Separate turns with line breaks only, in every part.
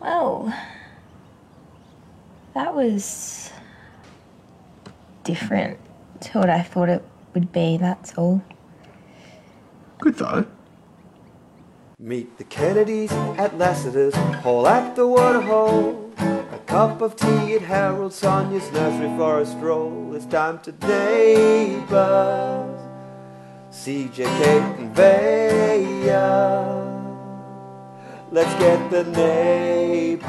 Well, that was different to what I thought it would be, that's all.
Good though.
Meet the Kennedys at Lassiter's Hall at the Waterhole. A cup of tea at Harold Sonia's nursery for a stroll. It's time to neighbors. CJ, Kate, and Vaya. Let's get the neighbors.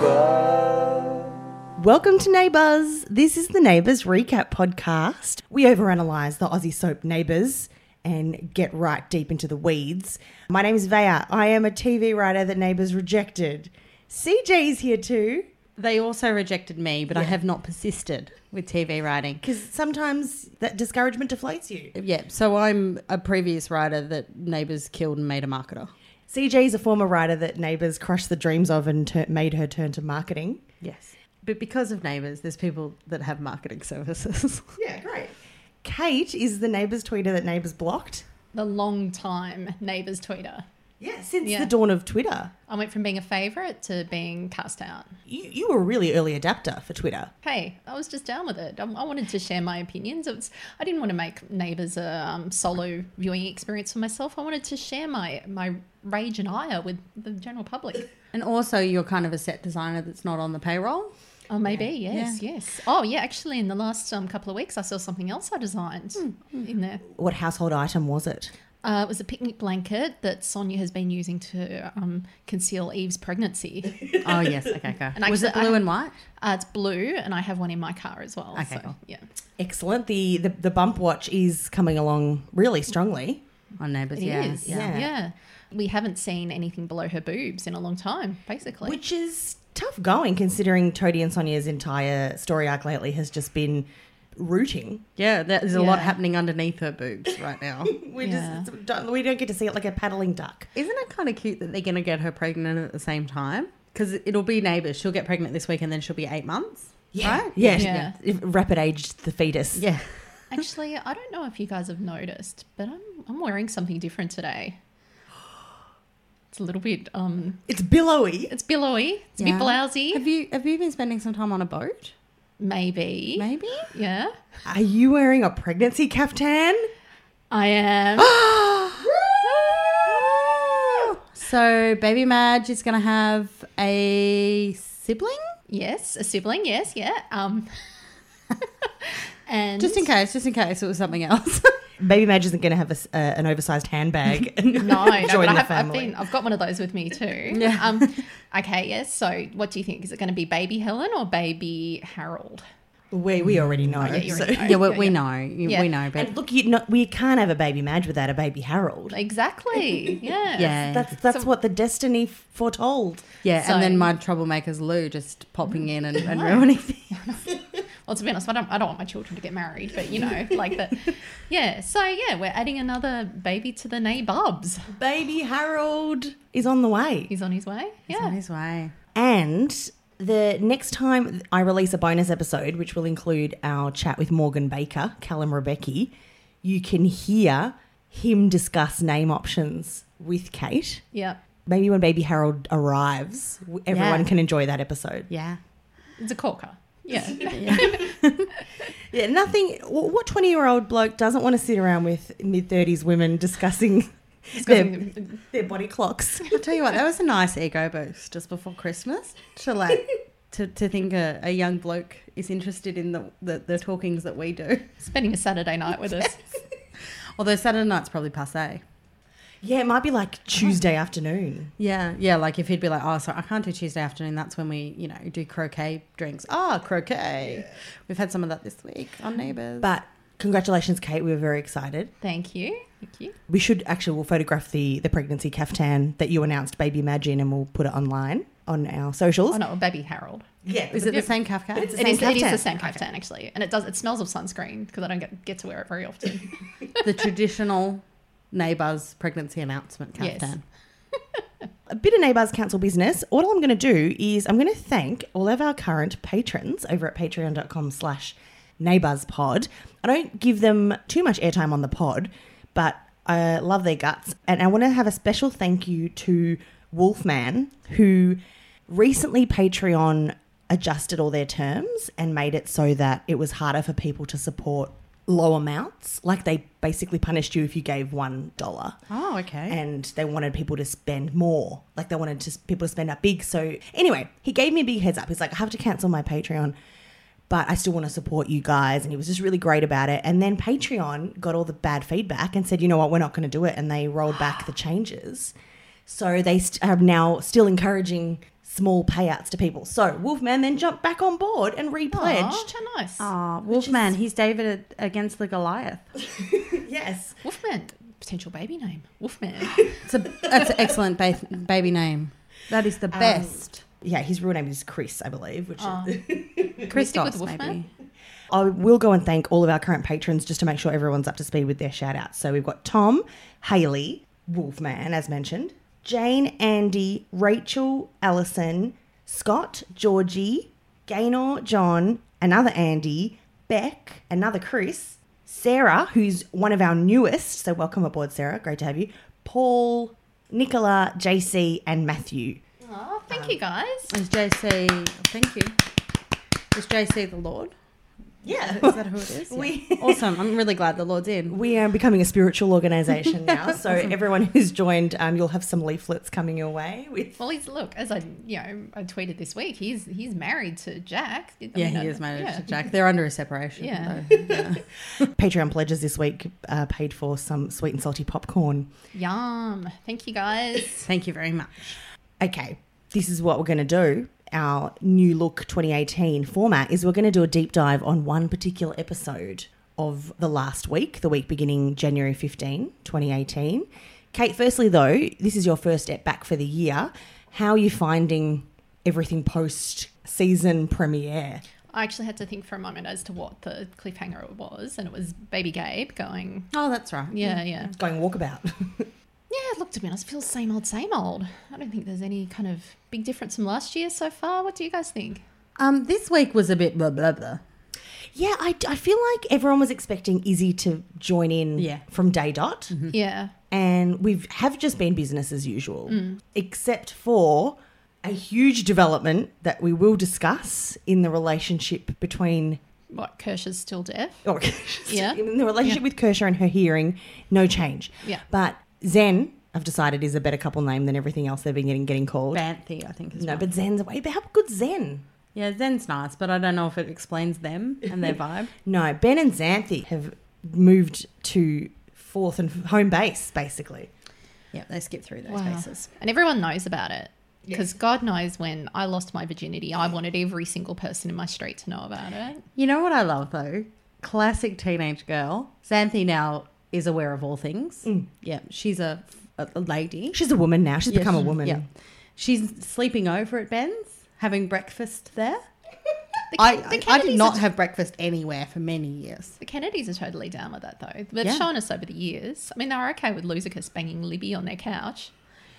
Welcome to Neighbours. This is the Neighbours Recap Podcast. We overanalyse the Aussie soap Neighbours and get right deep into the weeds. My name is Vaya. I am a TV writer that Neighbours rejected. CJ is here too,
They also rejected me, but I have not persisted with TV writing.
because sometimes that discouragement deflates you.
Yeah, so I'm a previous writer that Neighbours killed and made a marketer.
CJ is a former writer that Neighbours crushed the dreams of and tur made her turn to marketing.
Yes. But because of Neighbours, there's people that have marketing services.
Yeah, great. Kate is the Neighbours tweeter that Neighbours blocked.
the long time neighbours tweeter.
Yeah, since
Yeah.
the dawn of Twitter.
I went from being a favourite to being cast out.
You, you were a really early adapter for Twitter.
Hey, I was just down with it. I, I wanted to share my opinions. It was, I didn't want to make neighbours a um, solo viewing experience for myself. I wanted to share my my rage and ire with the general public.
and also, you're kind of a set designer that's not on the payroll.
Oh, maybe yes, yes. Oh, yeah. Actually, in the last um, couple of weeks, I saw something else I designed in there.
What household item was it?
Uh, it was a picnic blanket that Sonia has been using to um, conceal Eve's pregnancy.
Oh, yes. Okay, okay.
And
Was it
actually, I-
blue and white?
Uh, it's blue, and I have one in my car as well.
Okay,
so,
cool.
Yeah.
Excellent. The, the the bump watch is coming along really strongly.
On Neighbours,
It
yeah.
is,
yeah.
Yeah.
Yeah. We haven't seen anything below her boobs in a long time, basically.
Which is tough going considering Toadie and Sonia's entire story arc lately has just been rooting.
Yeah, there's a lot
Yeah.
happening underneath her boobs right now.
We
Yeah.
just don't, we don't get to see it like a paddling duck.
Isn't it kind of cute that they're going to get her pregnant at the same time? Because it'll be Neighbours. She'll get pregnant this week and then she'll be eight months. Right?
Yeah.
Yeah.
If- Rapid aged the fetus.
Yeah.
Actually, I don't know if you guys have noticed, but I'm, I'm wearing something different today. It's a little bit, um,
It's billowy.
it's billowy, it's a
Yeah.
bit blousy.
Have you have you been spending some time on a boat?
Maybe.
Maybe.
Yeah.
Are you wearing a pregnancy caftan?
I am.
So baby Madge is gonna have a sibling,
yes, a sibling. Yes, yeah. Um, and
just in case, just in case it was something else.
Baby Madge isn't going to have a s- uh, an oversized handbag. and
No, no,
join
but I
the
have, I've
family.
been, I've got one of those with me too. Um, okay, yes. So, what do you think? Is it going to be baby Helen or baby Harold?
We, we already know.
you
so-
already know.
yeah, we, we
yeah.
know, You-
Yeah.
we know, but
And look, you know, we can't have a baby Madge without a baby Harold.
Exactly. Yeah.
yeah,
That's that's what the destiny foretold.
yeah.
so-
And then my troublemaker's Lou just popping in and, and ruining things.
Well, to be honest, I don't, I don't want my children to get married, but you know, like that. Yeah. So yeah, we're adding another baby to the naybubs.
Baby Harold is on the way.
He's on his way.
On
Yeah.
his way.
And the next time I release a bonus episode, which will include our chat with Morgan Baker, Callum Rebecca, you can hear him discuss name options with Kate.
Yeah.
Maybe when baby Harold arrives, w- everyone
Yeah.
can enjoy that episode.
Yeah.
It's a corker. Yeah.
Yeah, nothing. wh- What twenty-year-old bloke doesn't want to sit around with mid-thirties women discussing their, their body clocks?
I'll tell you what, that was a nice ego boost just before Christmas to like to, to think a, a young bloke is interested in the, the the talkings that we do.
Spending a Saturday night with us.
Although Saturday night's probably passe.
Yeah, it might be like Tuesday afternoon.
Yeah, yeah. Like if he'd be like, "Oh, sorry, I can't do Tuesday afternoon. That's when we, you know, do croquet drinks." Ah, croquet. We've had some of that this week on Neighbours.
But congratulations, Kate. We were very excited.
Thank you. Thank you.
We should actually we'll photograph the the pregnancy caftan that you announced, baby Imagine, and we'll put it online on our socials.
Oh no, baby Harold.
Yeah,
is it the same Kafka?
It is, it is
caftan.
the same caftan actually, and it does. It smells of sunscreen because I don't get, get to wear it very often.
the traditional Neighbours pregnancy announcement
Yes.
countdown.
a bit of Neighbours Council business. All I'm going to do is I'm going to thank all of our current patrons over at patreon.com slash neighbourspod. I don't give them too much airtime on the pod, but I love their guts. And I want to have a special thank you to Wolfman, who Recently, Patreon adjusted all their terms and made it so that it was harder for people to support low amounts. Like they basically punished you if you gave one dollar
Oh, okay.
and they wanted people to spend more. Like they wanted to, people to spend up big. So anyway, he gave me a big heads up. He's like, I have to cancel my Patreon, but I still want to support you guys. And he was just really great about it. And then Patreon got all the bad feedback and said, you know what, we're not going to do it. And they rolled back the changes. So they st- are now still encouraging small payouts to people. So Wolfman then jumped back on board and repledged.
Aw, Oh, how nice.
Ah, Wolfman, he's David a- against the Goliath.
Yes.
Wolfman, potential baby name. Wolfman.
It's a, that's an excellent ba- baby name. That is the best.
Yeah, his real name is Chris, I believe, which is
Christos,
Wolfman?
maybe.
I will go and thank all of our current patrons just to make sure everyone's up to speed with their shout outs. So we've got Tom, Haley, Wolfman, as mentioned, Jane, Andy, Rachel, Allison, Scott, Georgie, Gaynor, John, another Andy, Beck, another Chris, Sarah, who's one of our newest. So welcome aboard, Sarah. Great to have you. Paul, Nicola, JC, and Matthew.
Aw, Oh, thank you guys.
Is JC? Thank you. Is JC the Lord?
Yeah.
Is that who it is? Yeah.
We-
awesome. I'm really glad the Lord's in.
We are becoming a spiritual organization now. So everyone who's joined, um, you'll have some leaflets coming your way with
Well, he's look as I you know I tweeted this week. He's he's married to Jack. I
Yeah,
mean, I-
he is married
yeah.
to Jack. They're under a separation.
Yeah.
though. yeah.
Patreon pledges this week uh, paid for some sweet and salty popcorn.
Yum. Thank you guys.
Thank you very much.
Okay, this is what we're going to do. Our new look 2018 format is we're going to do a deep dive on one particular episode of the last week, the week beginning January 15, 2018. Kate, firstly, though, this is your first step back for the year. How are you finding everything post season premiere?
I actually had to think for a moment as to what the cliffhanger was, and it was Baby Gabe going.
Oh, that's right.
Yeah, yeah,
Going walkabout.
yeah. Look, to be honest, it feels same old, same old. I don't think there's any kind of big difference from last year so far. What do you guys think?
Um, this week was a bit blah blah blah.
Yeah, I, I feel like everyone was expecting Izzy to join in
Yeah.
from day dot,
Mm-hmm.
Yeah,
and we have just been business as usual, except for a huge development that we will discuss in the relationship between.
what Kirsch is still deaf.
Or
Yeah.
in the relationship with Kershaw and her hearing, no change.
Yeah.
But Zen, I've decided, is a better couple name than everything else they've been getting getting called.
Banthy, I think. Is
No,
right.
but Zen's way. But how good Zen?
yeah, Zen's nice, but I don't know if it explains them and their vibe.
No, Ben and Xanthi have moved to fourth and home base basically.
Yeah, they skip through those
Wow.
faces.
And everyone knows about it. Because God knows when I lost my virginity, I wanted every single person in my street to know about it.
You know what I love though? Classic teenage girl. Xanthi now is aware of all things. Yeah, she's a, a a lady.
She's a woman now. Mm. She's
Yeah,
become a
she-
woman.
Yeah. She's sleeping over at Ben's, having breakfast there.
The,
I,
Ken- the
I, I
Kennedys
did not
are-
have breakfast anywhere for many years.
The Kennedys are totally down with that, though. They've
Yeah.
shown us over the years. I mean, they were okay with Luzicus banging Libby on their couch.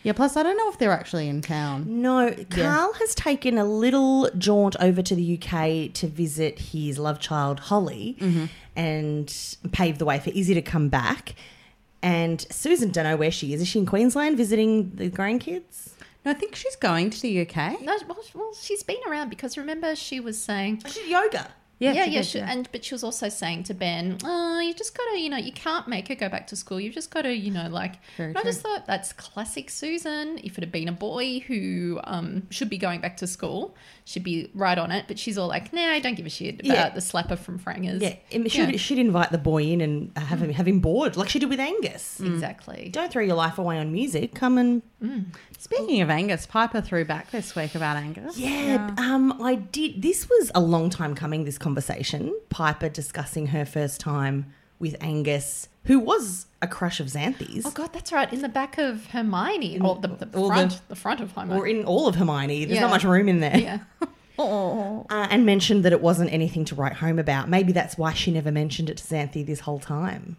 Yeah, plus I don't know if they're actually in town.
No, Carl has taken a little jaunt over to the UK to visit his love child Holly and pave the way for Izzy to come back. And Susan don't know where she is. Is she in Queensland visiting the grandkids?
No, I think she's going to the UK.
No, well, sh- well, she's been around because remember she was saying,
She Oh, yoga.
yeah, yeah,
she did,
she- and but she was also saying to Ben, oh, you just gotta, you know, you can't make her go back to school. You've just gotta, you know, like.
Very
and I just thought that's classic Susan. If it had been a boy who um, should be going back to school, she'd be right on it. But she's all like, nah, I don't give a shit about
Yeah.
the slapper from Frangers.
Yeah, and she'd, she'd invite the boy in and uh, have him have him bored like she did with Angus.
Mm. exactly.
Don't throw your life away on music. Come and
Speaking of Angus, Piper threw back this week about Angus.
Yeah, um, I did. This was a long time coming. This conversation, Piper discussing her first time with Angus, who was a crush of Xanthi's,
Oh god, that's right. In the back of Hermione, or the, the
or
front,
the-
the, front of Hermione.
or in all of Hermione. There's not
Yeah.
much room in there.
yeah,
Uh, and mentioned that it wasn't anything to write home about. Maybe that's why she never mentioned it to Xanthi this whole time.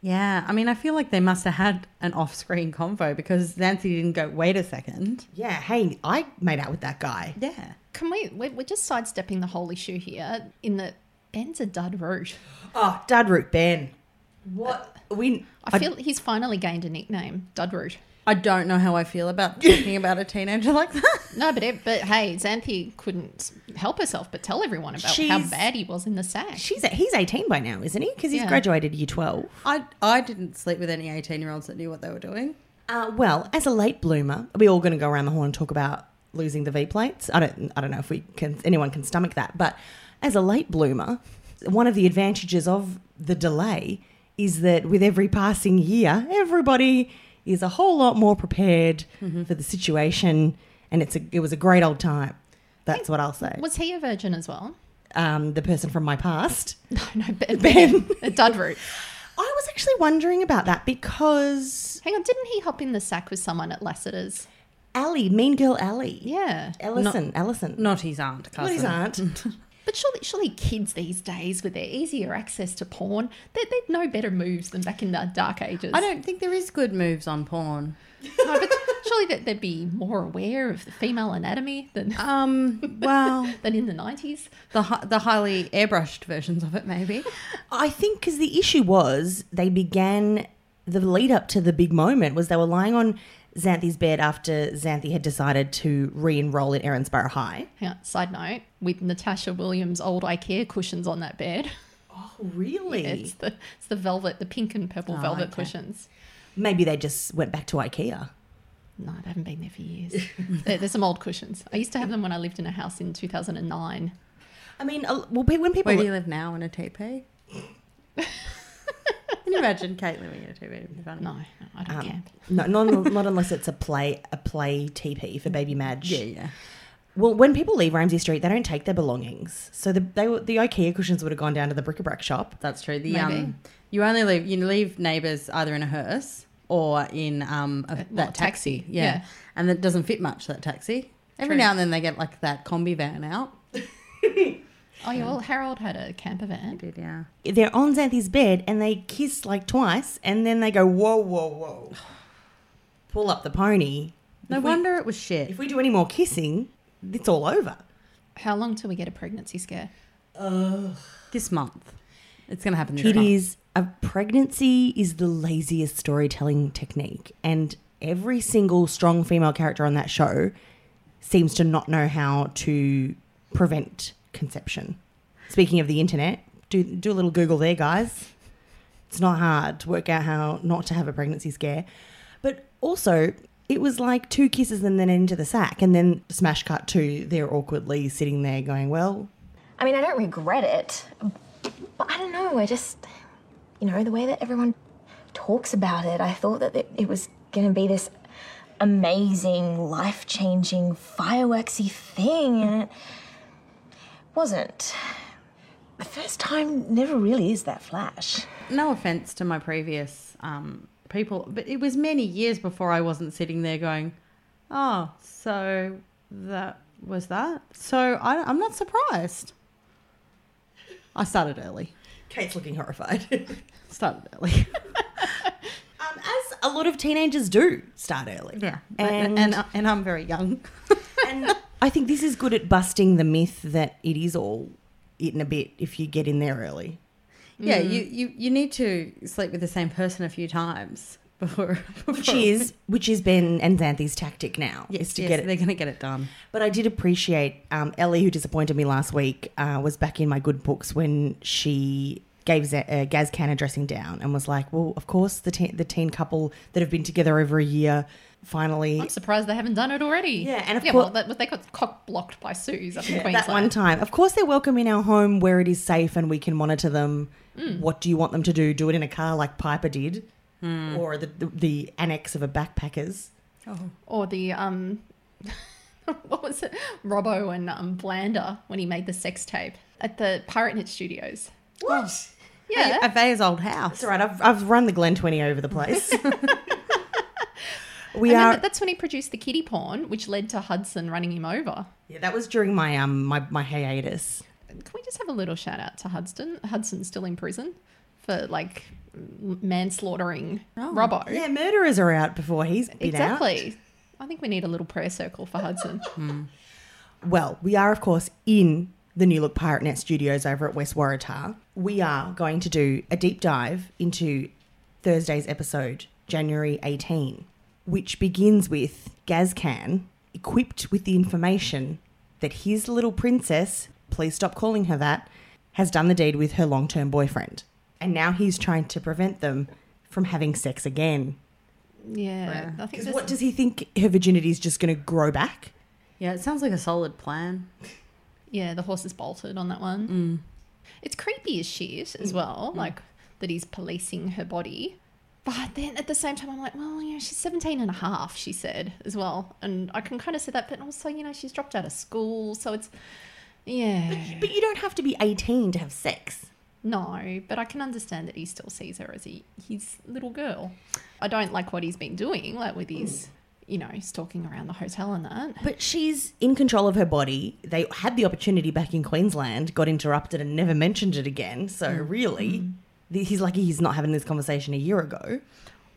Yeah, I mean, I feel like they must have had an off-screen convo because Nancy didn't go. Wait a second.
Yeah, hey, I made out with that guy.
Yeah,
can we? We're, we're just sidestepping the whole issue here. In that Ben's a dud root.
Oh, Dudroot Ben. What we?
I feel he's finally gained a nickname, dud root.
I don't know how I feel about talking about a teenager like that.
No, but it, but hey, Xanthi couldn't help herself but tell everyone about how
She's-
bad he was in the sack.
She's he's eighteen by now, isn't he? Because he's
Yeah.
graduated year twelve.
I I didn't sleep with any eighteen year olds that knew what they were doing.
Uh, well, as a late bloomer, are we all going to go around the horn and talk about losing the V plates? I don't, I don't know if we can, anyone can stomach that. But as a late bloomer, one of the advantages of the delay is that with every passing year, everybody is a whole lot more prepared for the situation, and it's a, it was a great old time. That's what I'll say.
Was he a virgin as well?
Um, the person from my past.
No, no, Ben. ben. a Dudroot.
I was actually wondering about that because
Hang on, didn't he hop in the sack with someone at Lassiter's?
Allie, Mean Girl Allie,
Yeah.
Ellison, Ellison,
Not his aunt, cousin.
not his aunt.
But surely, surely kids these days, with their easier access to porn, they, they'd know better moves than back in the dark ages.
I don't think there is good moves on porn.
No, but surely that they'd be more aware of the female anatomy than
Um, well,
than in the nineties.
the hi- the highly airbrushed versions of it, maybe.
I think because the issue was they began the lead up to the big moment was they were lying on Xanthi's bed after Xanthi had decided to re-enroll at Erinsborough High.
Hang on, side note: with Natasha Williams' old IKEA cushions on that bed,
Oh,
Really?
it's the it's the velvet, the pink and purple velvet cushions.
Maybe they just went back to IKEA.
No, I haven't been there for years. there, there's some old cushions. I used to have them when I lived in a house in 2009.
I mean, a- well, pe- when people
Where do you live now in a teepee? Can you imagine Kate living in a teepee? It'd be funny.
No, no, I don't care.
um, no, not, not unless it's a play a play TP for Baby Madge.
Yeah, yeah.
Well, when people leave Ramsey Street, they don't take their belongings. So the they were, the IKEA cushions would have gone down to the bric-a-brac shop.
That's true. The
Maybe.
um, you only leave you leave neighbours either in a hearse or in um a, that
well,
taxi.
taxi,
Yeah.
yeah.
and that doesn't fit much that taxi. Every
True.
now and then they get like that combi van out.
Oh yeah, well Harold had a camper van.
Did yeah.
They're on Xanthi's bed and they kiss like twice, and then they go whoa, whoa, whoa, pull up the pony.
No wonder it was shit.
If we do any more kissing, it's all over.
How long till we get a pregnancy scare?
this month, it's gonna happen. This
It
month.
is a pregnancy is the laziest storytelling technique, and every single strong female character on that show seems to not know how to prevent conception. Speaking of the internet, do do a little Google there, guys. It's not hard to work out how not to have a pregnancy scare, but also. It was like two kisses and then into the sack, and then smash cut to they're awkwardly sitting there going, "Well,
I mean, I don't regret it, but I don't know. I just, you know, the way that everyone talks about it, I thought that it, it was going to be this amazing, life changing, fireworksy thing, and it wasn't. The first time never really is that flash.
no offense to my previous um, people, but it was many years before I wasn't sitting there going, "Oh, so that was that." So I, I'm not surprised. I started early.
Kate's looking horrified."
Started early.
Um, as a lot of teenagers do start early.
and
And,
and, I- and I'm very young.
and I think this is good at busting the myth that it is all eaten a bit if you get in there early.
Yeah, you, you you need to sleep with the same person a few times before.
Which is which is Ben and Xanthi's tactic now.
yes,
is to
yes,
get
they're
it.
going to get it done.
But I did appreciate um, Ellie, who disappointed me last week, uh, was back in my good books when she gave Z- uh, Gaz Can a dressing down and was like, "Well, of course, the teen, the teen couple that have been together over a year finally
I'm surprised they haven't done it already.
Yeah, and of
yeah,
cour-
well, that, they got cock blocked by Sue's up in Queensland.
that one time. Of course, they're welcome in our home where it is safe and we can monitor them.
Mm.
What do you want them to do? Do it in a car like Piper did,
Hmm.
or the, the the annex of a backpackers.
or the um what was it robbo and um blander when he made the sex tape at the pirate Net studios
What?
yeah
uh,
At Vaya's old house.
That's all right. I've I've run the Glen Twenty over the place. we
And then
are.
that- that's when he produced the kitty porn which led to hudson running him over
yeah, that was during my um my my hiatus.
can we just have a little shout out to hudson hudson's still in prison for like m- manslaughtering robbo
Oh, Yeah, murderers are out before he's been out.
exactly i think we need a little prayer circle for hudson
Well, we are, of course, in the New Look Pirate Net studios over at West Waratah. We are going to do a deep dive into Thursday's episode, January 18. which begins with Gazcan equipped with the information that his little princess, please stop calling her that, has done the deed with her long term boyfriend. And now he's trying to prevent them from having sex again.
Yeah, I think
Because
that's
what does he think her virginity is just going to grow back?
Yeah, it sounds like a solid plan.
Yeah, the horse is bolted on that one. It's creepy as shit as well, like that he's policing her body. But then at the same time, I'm like, well, you know, she's 17 and a half, she said as well. And I can kind of see that, but also, you know, she's dropped out of school. So it's, yeah.
But you don't have to be 18 to have sex.
No, but I can understand that he still sees her as a, his little girl. I don't like what he's been doing, like with his, you know, stalking around the hotel and that.
But she's in control of her body. They had the opportunity back in Queensland, got interrupted and never mentioned it again. So really, th- he's lucky he's not having this conversation a year ago.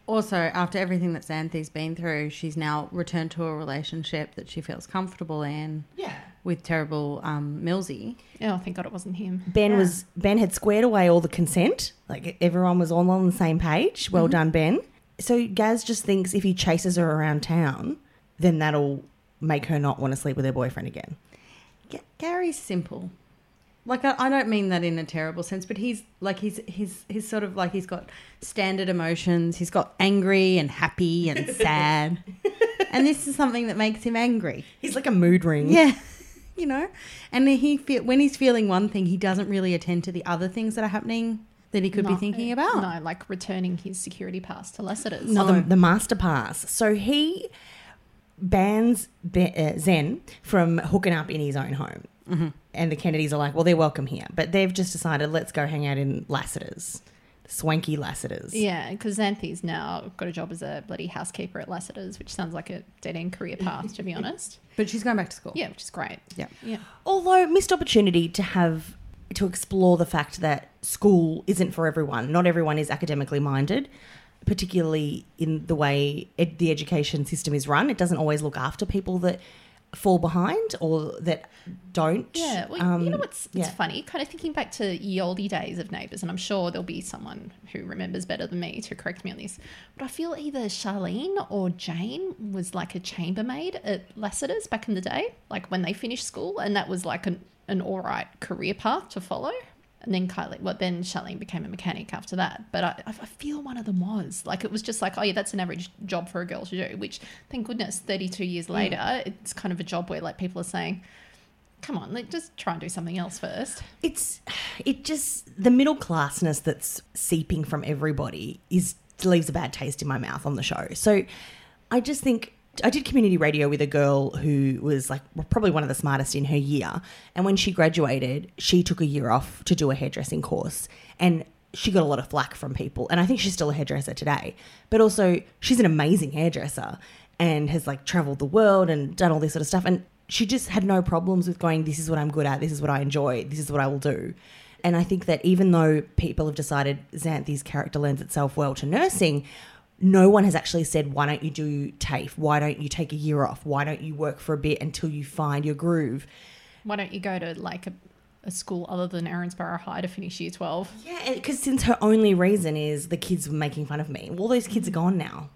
Also, after everything that Xanthi's been through, she's now returned to a relationship that she feels comfortable in
Yeah.
with terrible um, Millsy.
Oh, thank God it wasn't him.
Ben was Ben had squared away all the consent. Like everyone was all on the same page. Well done, Ben. So Gaz just thinks if he chases her around town, then that'll make her not want to sleep with her boyfriend again.
G- Gary's simple. Like I, I don't mean that in a terrible sense, but he's like he's he's he's sort of like he's got standard emotions. He's got angry and happy and sad, and this is something that makes him angry.
He's like a mood ring.
Yeah, you know. And he feel, when he's feeling one thing, he doesn't really attend to the other things that are happening that he could be
No,
thinking about.
uh, No, like returning his security pass to Lassiter's.
Oh, the, the master pass. So he bans Be- uh, Zen from hooking up in his own home. And the Kennedys are like, well, they're welcome here. But they've just decided, let's go hang out in Lassiter's, swanky Lassiter's.
Yeah, because Xanthi's now got a job as a bloody housekeeper at Lassiter's, which sounds like a dead end career path, to be honest.
But she's going back to school.
Yeah, which is great.
Yeah.
Yeah.
Although, missed opportunity to have to explore the fact that school isn't for everyone. Not everyone is academically minded, particularly in the way ed- the education system is run. It doesn't always look after people that fall behind or that don't. um,
Yeah. Well, you know what's it's
yeah.
funny? Kind of thinking back to ye olde days of Neighbours, and I'm sure there'll be someone who remembers better than me to correct me on this. But I feel either Charlene or Jane was like a chambermaid at Lassiter's back in the day, like when they finished school, and that was like an, an all right career path to follow. And then Kylie, well, then Charlene became a mechanic after that. But I, I feel one of them was like it was just like, oh yeah, that's an average job for a girl to do. Which, thank goodness, thirty two years later, it's kind of a job where like people are saying, come on, like just try and do something else first.
It's it just the middle classness that's seeping from everybody is leaves a bad taste in my mouth on the show. So I just think I did community radio with a girl who was like probably one of the smartest in her year, and when she graduated, she took a year off to do a hairdressing course and she got a lot of flack from people and I think she's still a hairdresser today. But also she's an amazing hairdresser and has like traveled the world and done all this sort of stuff and she just had no problems with going this is what i'm good at this is what i enjoy this is what i will do and i think that even though people have decided xanthi's character lends itself well to nursing no one has actually said why don't you do tafe why don't you take a year off why don't you work for a bit until you find your groove
Why don't you go to like a, a school other than Erinsborough High to finish year 12?
yeah because since her only reason is the kids were making fun of me all those kids are gone now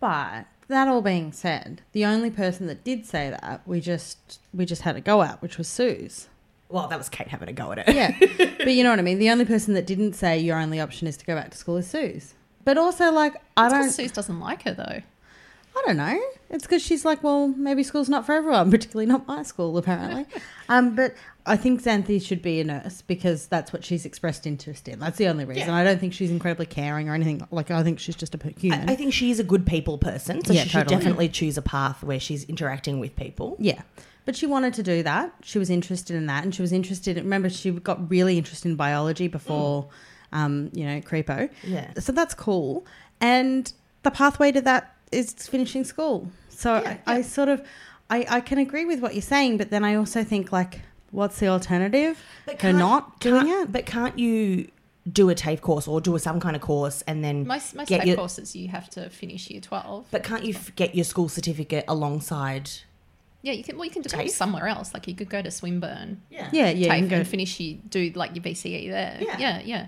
But that all being said, the only person that did say that, we just we just had a go at, which was Sue's.
well that was kate having a go at it
Yeah. but you know what I mean? The only person that didn't say your only option is to go back to school is Sue's. But also like I
It's 'cause
don't
Suze doesn't like her though.
I don't know. It's because she's like, well, maybe school's not for everyone, particularly not my school, apparently. um, but I think Xanthi should be a nurse because that's what she's expressed interest in. That's the only reason. I don't think she's incredibly caring or anything. Like, I think she's just a human.
I think she is a good people person, so
Yeah,
she should
totally.
definitely choose a path where she's interacting with people.
yeah. But she wanted to do that. She was interested in that. And she was interested, remember, she got really interested in biology before, um, you know, Creepo.
Mm. Yeah.
So that's cool. And the pathway to that is finishing school. So I, I sort of, I, I can agree with what you're saying, but then I also think like, what's the alternative? Her
can't-
not doing
can't-
it.
But can't you do a TAFE course or do a, some kind of course and then
Most, most
get
state
your,
courses you have to finish year 12.
But can't you f- get your school certificate alongside
Yeah, you can. Well, you can just go somewhere else. Like you could go to Swinburne,
Yeah.
Yeah, yeah.
TAFE,
You can go
and finish you do like your VCE there.
Yeah.
yeah, yeah.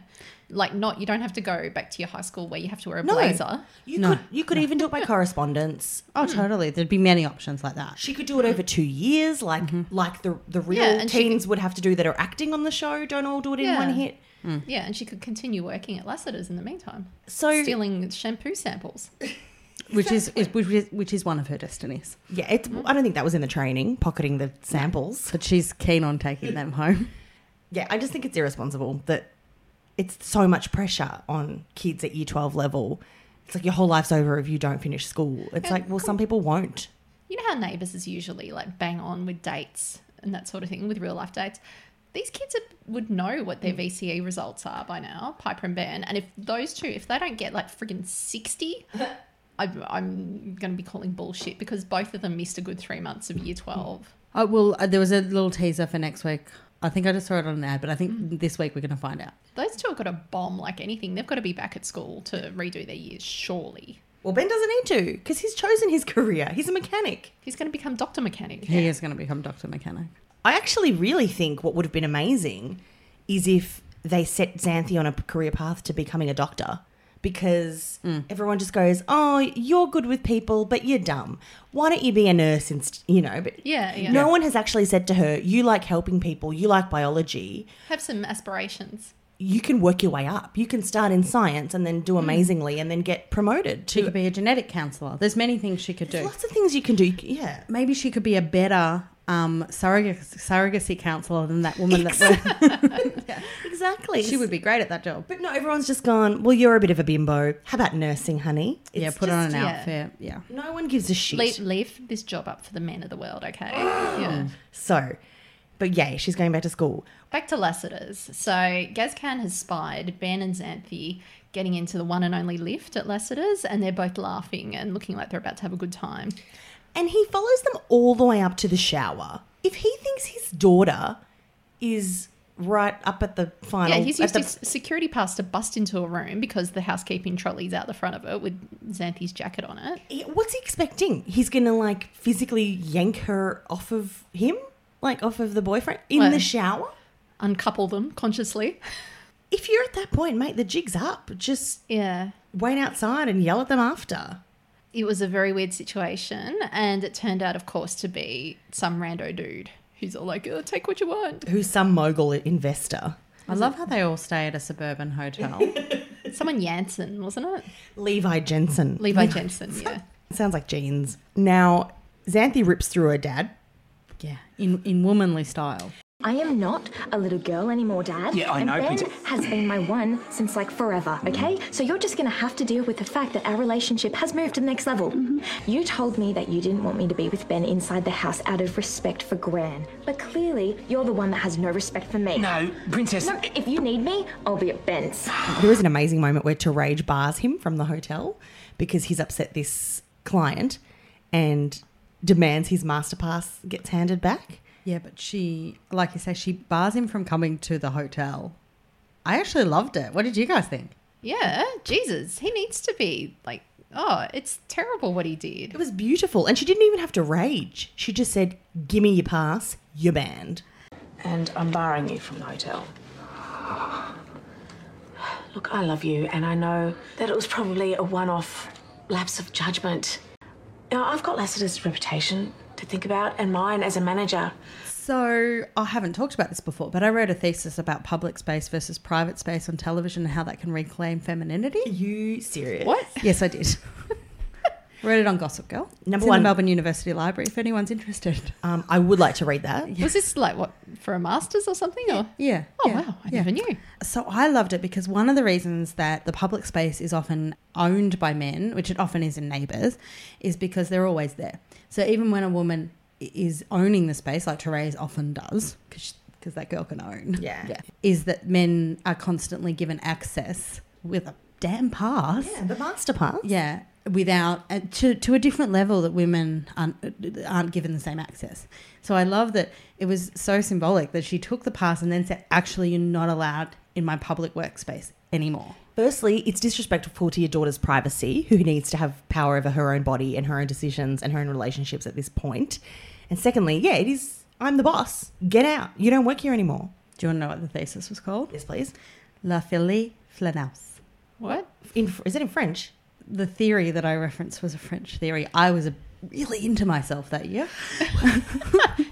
Like not you don't have to go back to your high school where you have to wear a
No.
blazer.
You
No.
could you could even do it by correspondence.
Oh, totally. There'd be many options like that.
Hmm. She could do it over two years, like
Mm-hmm.
like the the real
Yeah, and she
teens would have to do that are acting on the show. Don't all do it in
Yeah.
one hit.
Hmm.
Yeah, and she could continue working at Lassiter's in the meantime,
So
stealing shampoo samples.
Which is, is which is which is one of her destinies.
yeah, it's, I don't think that was in the training, pocketing the samples.
But she's keen on taking them home.
Yeah, I just think it's irresponsible that it's so much pressure on kids at year twelve level. It's like your whole life's over if you don't finish school. It's like well, some people won't.
You know how neighbours is usually like bang on with dates and that sort of thing with real life dates. These kids are, would know what their VCE results are by now, Piper and Ben. And if those two, if they don't get like friggin' 60, I'm, I'm going to be calling bullshit because both of them missed a good three months of year 12.
Oh, well, uh, there was a little teaser for next week. I think I just saw it on an ad, but I think this week we're going to find out.
Those two have got to bomb like anything. They've got to be back at school to redo their years, surely.
Well, Ben doesn't need to because he's chosen his career. He's a mechanic.
He's going to become doctor mechanic.
He is going to become Doctor Mechanic.
I actually really think what would have been amazing is if they set Xanthi on a career path to becoming a doctor because everyone just goes, "Oh, you're good with people, but you're dumb. Why don't you be a nurse instead?" You know, but
Yeah, yeah.
no one has actually said to her, "You like helping people, you like biology.
Have some aspirations.
You can work your way up. You can start in science and then do amazingly and then get promoted
Hmm. She could
to
be a genetic counselor. There's many things she could do.
Lots of things you can do. Yeah.
Maybe she could be a better um, surrog- surrogacy counselor than that woman that
Exactly.
she would be great at that job.
But no, everyone's just gone, well, you're a bit of a bimbo. How about nursing, honey?
yeah,
It's
put on an
just-
yeah.
outfit. Yeah.
No one gives a shit.
Leave, leave this job up for the men of the world, okay? yeah.
So, but yay, she's going back to school.
Back to Lassiter's. So Gazcan has spied Ben and Xanthi getting into the one and only lift at Lassiter's, and they're both laughing and looking like they're about to have a good time.
And he follows them all the way up to the shower. If he thinks his daughter is right up at the final.
yeah, he's
at
used
the-
his security pass to bust into a room because the housekeeping trolley's out the front of it with Xanthi's jacket on it.
He- What's he expecting? He's going to like physically yank her off of him? Like off of the boyfriend? In
Well-
the shower?
Uncouple them consciously.
If you're at that point, mate, the jig's up. Just
Yeah.
wait outside and yell at them after.
It was a very weird situation, and it turned out, of course, to be some rando dude who's all like, oh, take what you want.
Who's some mogul investor?
I love how they all stay at a suburban hotel.
Someone Jansen, wasn't it?
Levi Jensen.
Levi Jensen, yeah.
Sounds like jeans. Now, Xanthi rips through her dad.
yeah, in, in womanly style.
I am not a little girl anymore, Dad.
Yeah, I
and
know, Mm.
Ben
but-
has been my one since like forever, okay? So you're just gonna have to deal with the fact that our relationship has moved to the next level.
Mm-hmm.
You told me that you didn't want me to be with Ben inside the house out of respect for Gran, but clearly you're the one that has no respect for me.
No, Princess.
No, if you need me, I'll be at Ben's.
There is an amazing moment where Terage bars him from the hotel because he's upset this client and demands his masterpass gets handed back.
Yeah, but she, like you say, she bars him from coming to the hotel. I actually loved it. What did you guys think?
Yeah, Jesus, he needs to be like, oh, it's terrible what he did.
It was beautiful. And she didn't even have to rage. She just said, Give me your pass, you're banned.
and I'm barring you from the hotel. Look, I love you, and I know that it was probably a one off lapse of judgment. Now, I've got Lassiter's reputation to think about and mine as a manager.
So I haven't talked about this before, but I wrote a thesis about public space versus private space on television and how that can reclaim
Are
femininity.
you serious?
What?
Yes, I did. Read it on Gossip Girl.
Number
It's in the
one.
Melbourne University Library. If anyone's interested,
Uh,
Um, I would like to read that.
Was this like what for a master's or something? Or
yeah.
oh
yeah,
wow, I
yeah.
never knew.
So I loved it because one of the reasons that the public space is often owned by men, which it often is in neighbours, is because they're always there. So even when a woman i- is owning the space, like Therese often does, because that girl can own,
Yeah.
is that men are constantly given access with a damn pass.
Yeah, the masterpass.
Yeah, without uh, to to a different level that women aren't aren't given the same access. So I love that it was so symbolic that she took the pass and then said, "Actually, you're not allowed in my public workspace anymore."
Firstly, it's disrespectful to your daughter's privacy, who needs to have power over her own body and her own decisions and her own relationships at this point. And secondly, yeah, it is, I'm the boss. Get out. You don't work here anymore.
Do you want to know what the thesis was called?
Yes, please.
La Philly Flanels.
What?
In, is it in French?
The theory that I referenced was a French theory. I was a, really into myself that year.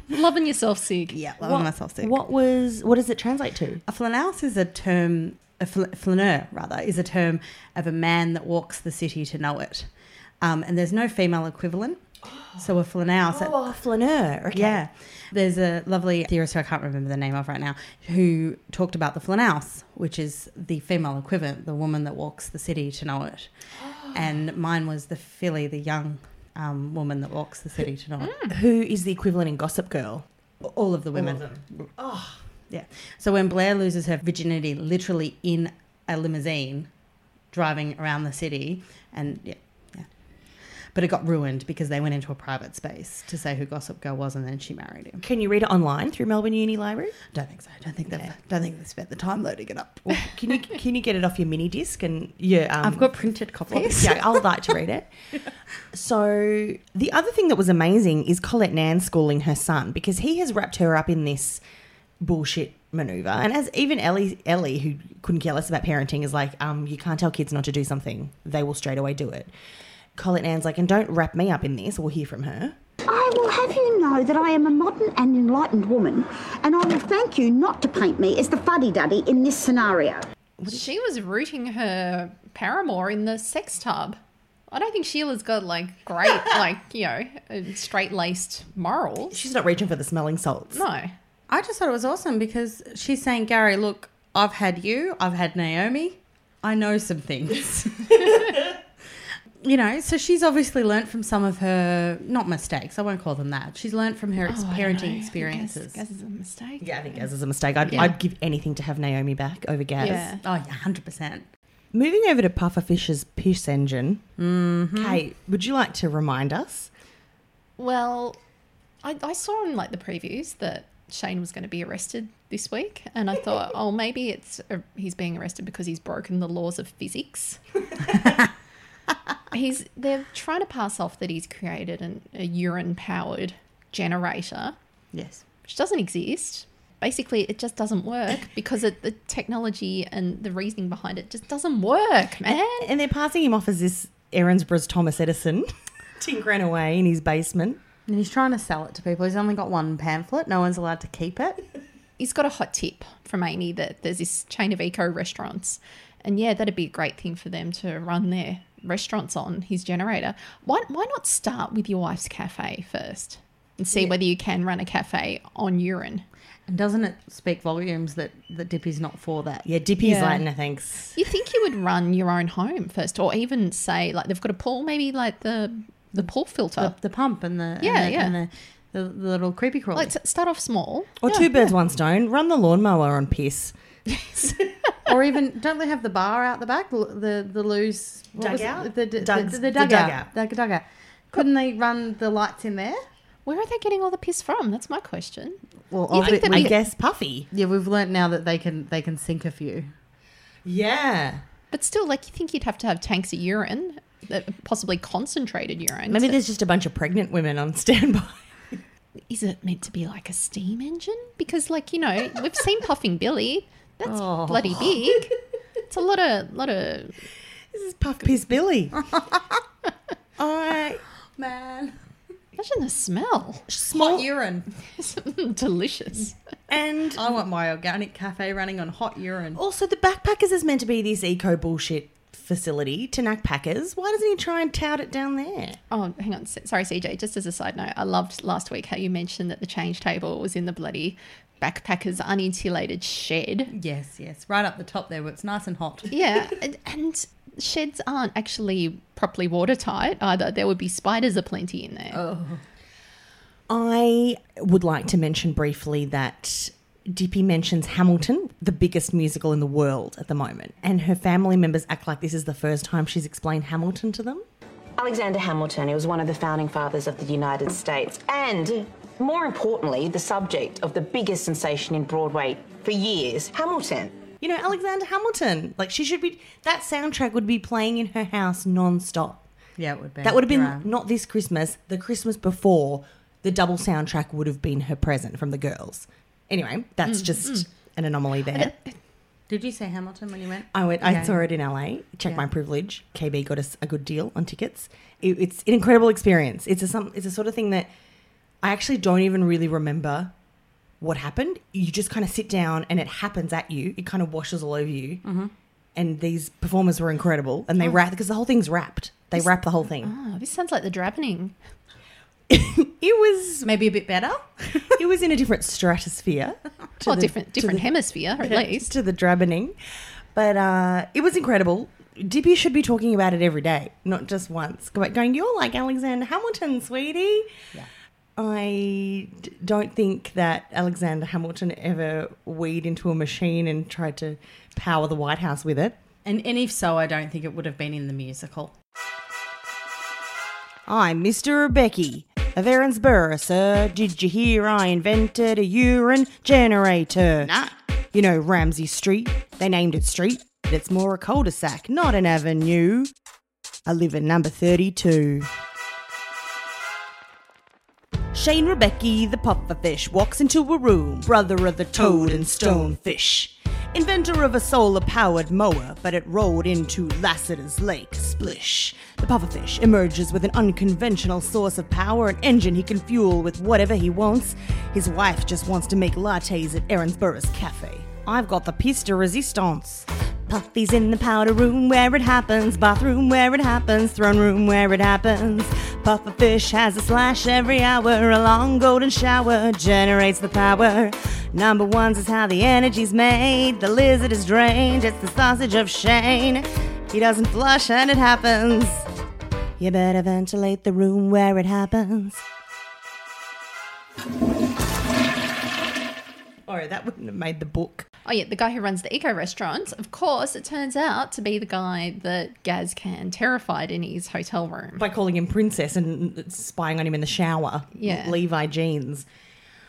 Loving yourself, Sig.
Yeah, loving myself sick.
What was, what does it translate to?
A flanous is a term, a fl- flaneur rather, is a term of a man that walks the city to know it. Um, and there's no female equivalent. So a flanous,
Oh, flaneur. Okay.
yeah. There's a lovely theorist who I can't remember the name of right now who talked about the flanous, which is the female equivalent, the woman that walks the city to know it. And mine was the filly, the young um, woman that walks the city to know
Mm.
it.
Who is the equivalent in Gossip Girl?
All of the women. Oh. Yeah. So when Blair loses her virginity, literally in a limousine, driving around the city, and yeah, yeah. But it got ruined because they went into a private space to say who Gossip Girl was, and then she married him.
Can you read it online through Melbourne Uni Library?
Don't think so. Don't think they've. Don't think they spent the time loading it up.
Well, can you can you get it off your mini disc and yeah? Um,
I've got printed copies.
yeah, I would like to read it. So the other thing that was amazing is Colette Nan schooling her son because he has wrapped her up in this bullshit maneuver. And as even Ellie Ellie, who couldn't care less about parenting, is like, um, you can't tell kids not to do something; they will straight away do it. Colette Nan's like, and don't wrap me up in this. We'll hear from her.
I will have you know that I am a modern and enlightened woman, and I will thank you not to paint me as the fuddy duddy in this scenario.
She was rooting her paramour in the sex tub. I don't think Sheila's got like great, like, you know, straight laced morals.
She's not reaching for the smelling salts.
No.
I just thought it was awesome because she's saying, Gary, look, I've had you, I've had Naomi, I know some things. you know, so she's obviously learnt from some of her, not mistakes, I won't call them that. She's learnt from her ex-
Oh, I don't know. I
parenting
guess-
experiences.
I guess it's a mistake.
Yeah, I think Gaz is a mistake. I'd,
Yeah.
I'd give anything to have Naomi back over Gaz.
Yeah.
Oh, yeah, 100%.
Moving over to Pufferfish's piss engine.
Mm-hmm.
Kate, would you like to remind us?
Well, I, I saw in like the previews that Shane was going to be arrested this week, and I thought, oh, maybe it's uh he's being arrested because he's broken the laws of physics. he's they're trying to pass off that he's created an, a urine powered generator,
Yes.
which doesn't exist. Basically, it just doesn't work because it, the technology and the reasoning behind it just doesn't work, man.
And they're passing him off as this Erinsborough's Thomas Edison tinkering away in his basement.
And he's trying to sell it to people. He's only got one pamphlet, no one's allowed to keep it.
he's got a hot tip from Amy that there's this chain of eco restaurants. And yeah, that'd be a great thing for them to run their restaurants on his generator. Why, why not start with your wife's cafe first and see whether you can run a cafe on urine?
And doesn't it speak volumes that, that Dippy's not for that?
Yeah, Dippy's
Yeah.
like, no thanks.
You think you would run your own home first, or even say like they've got a pool, maybe like the the pool filter.
The, the pump and the,
Yeah,
and the,
yeah.
and the, the, the little creepy crawly.
like s- start off small.
Or two birds, one stone. Run the lawnmower on piss.
or even don't they have the bar out the back? L- The the loose what was it?
Dugout?
The, the,
Dugs-
the,
the
the dugout.
dugout.
The dugout. Couldn't they run the lights in there?
Where are they getting all the piss from? That's my question.
Well,
You think that
I
we-
guess Puffy.
yeah, we've learnt now that they can they can sink a few.
Yeah.
But still, like you think you'd have to have tanks of urine, uh, possibly concentrated urine.
Maybe
to-
there's just a bunch of pregnant women on standby.
is it meant to be like a steam engine? Because like you know we've seen Puffing Billy. That's
Oh.
bloody big. It's a lot of lot of
This is Puff Piss Billy. I
Man,
imagine the smell.
hot urine.
Delicious.
and
I want my organic cafe running on hot urine.
Also, the backpackers is meant to be this eco bullshit facility, Tanak Packers. Why doesn't he try and tout it down there?
Oh, hang on. S- Sorry, CJ. Just as a side note, I loved last week how you mentioned that the change table was in the bloody backpackers' uninsulated shed.
Yes, yes, right up the top there, where it's nice and hot.
Yeah, and, and sheds aren't actually properly watertight either. There would be spiders aplenty in there.
Oh. I would like to mention briefly that Dippy mentions Hamilton, the biggest musical in the world at the moment, and her family members act like this is the first time she's explained Hamilton to them.
Alexander Hamilton, he was one of the founding fathers of the United States, and more importantly, the subject of the biggest sensation in Broadway for years, Hamilton.
You know, Alexander Hamilton. Like she should be that soundtrack would be playing in her house non-stop.
Yeah, it would be.
That would have been
You're right.
not this Christmas, the Christmas before. the double soundtrack would have been her present from the girls. Anyway, that's just an anomaly there.
Did you say Hamilton when you went?
I went. I saw it in LA. Check my privilege. KB got us a good deal on tickets. It, it's an incredible experience. It's a some. It's a sort of thing that I actually don't even really remember what happened. You just kind of sit down and it happens at you. It kind of washes all over you. And these performers were incredible. And they wrap because the whole thing's wrapped. They wrap the whole thing.
Oh, this sounds like the Drapening.
It was.
Maybe a bit better.
It was in a different stratosphere. to
Well,
the-
Oh, different
to
different
the-
hemisphere at least.
to the drabbing. But uh, it was incredible. Dippy should be talking about it every day, not just once. Go- Going, you're like Alexander Hamilton, sweetie. I d- don't think that Alexander Hamilton ever weed into a machine and tried to power the White House with it.
And, and if so, I don't think it would have been in the musical.
I'm Mr. Becky of Erinsborough, sir. Did you hear I invented a urine generator? Nah. You know Ramsey Street? They named it Street, but it's more a cul-de-sac, not an avenue. I live in number 32. Shane Rebecca, the pufferfish, walks into a room, brother of the toad and stonefish. Inventor of a solar powered mower, but it rolled into Lassiter's Lake, splish. The pufferfish emerges with an unconventional source of power, an engine he can fuel with whatever he wants. His wife just wants to make lattes at Erinsborough's cafe. I've got the piece de resistance. Puffy's in the powder room where it happens, bathroom where it happens, throne room where it happens. Pufferfish has a slash every hour, a long golden shower generates the power. Number ones is how the energy's made, the lizard is drained, it's the sausage of Shane. He doesn't flush and it happens. You better ventilate the room where it happens. Oh, that wouldn't have made the book.
Oh yeah, the guy who runs the eco restaurant. Of course, it turns out to be the guy that Gazcan terrified in his hotel room.
by calling him princess and spying on him in the shower.
Yeah.
Levi jeans.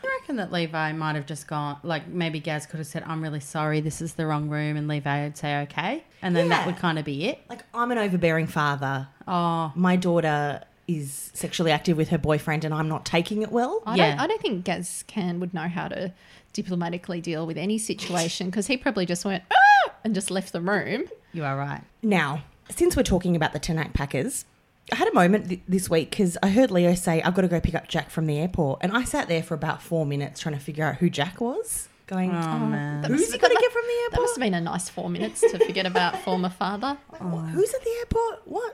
I reckon that Levi might have just gone, like, maybe Gaz could have said, I'm really sorry, this is the wrong room. And Levi would say, okay. And then that
Yeah.
would kind of be it.
Like I'm an overbearing father. Oh. My daughter is sexually active with her boyfriend and I'm not taking it well.
I,
Yeah.
don't, I don't think Gazcan would know how to diplomatically deal with any situation because he probably just went ah! and just left the room.
You are right.
Now, since we're talking about the Tenac Packers, I had a moment th- this week because I heard Leo say, I've got to go pick up Jack from the airport. And I sat there for about four minutes trying to figure out who Jack was. Going, oh,
Um,
man. who's he got to get from the
That
airport?
must have been a nice four minutes to forget about former father.
What- Who's at the airport? What?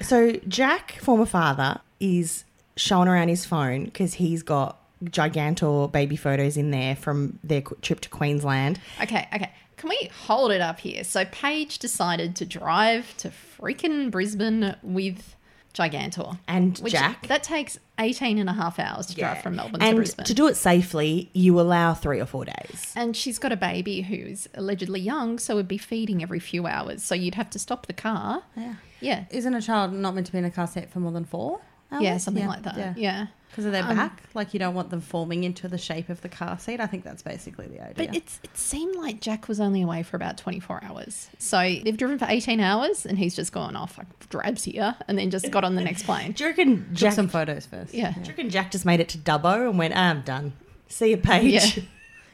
Um, So Jack, former father, is showing around his phone because he's got gigantor baby photos in there from their qu- trip to Queensland.
Okay, okay. Can we hold it up here? So Paige decided to drive to freaking Brisbane with Gigantor.
And Jack.
That takes 18 and a half hours to drive from Melbourne to
and
Brisbane.
to do it safely, you allow three or four days.
and she's got a baby who's allegedly young, so would be feeding every few hours. So you'd have to stop the car. Yeah. Yeah.
Isn't a child not meant to be in a car set for more than four? hours? Um,
Yeah, something like that. Yeah.
Because of their back, like you don't want them forming into the shape of the car seat. I think that's basically the idea.
But it's it seemed like Jack was only away for about 24 hours. So they've driven for 18 hours and he's just gone off, like, drabs here, and then just got on the next plane.
Do you reckon
Took
Jack?
some photos first.
Yeah.
do you reckon Jack just made it to Dubbo and went, "Ah, I'm done. See you, Paige.
Yeah.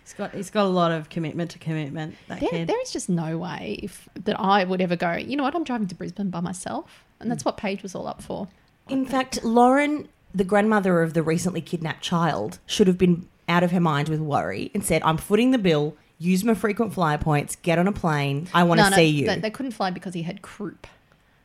He's got he's got a lot of commitment to commitment. That
There,
kid.
there is just no way if, that I would ever go, you know what, I'm driving to Brisbane by myself. And that's what Paige was all up for.
In fact, Lauren, the grandmother of the recently kidnapped child, should have been out of her mind with worry and said, I'm footing the bill, use my frequent flyer points, get on a plane, I want to see you.
They, they couldn't fly because he had croup.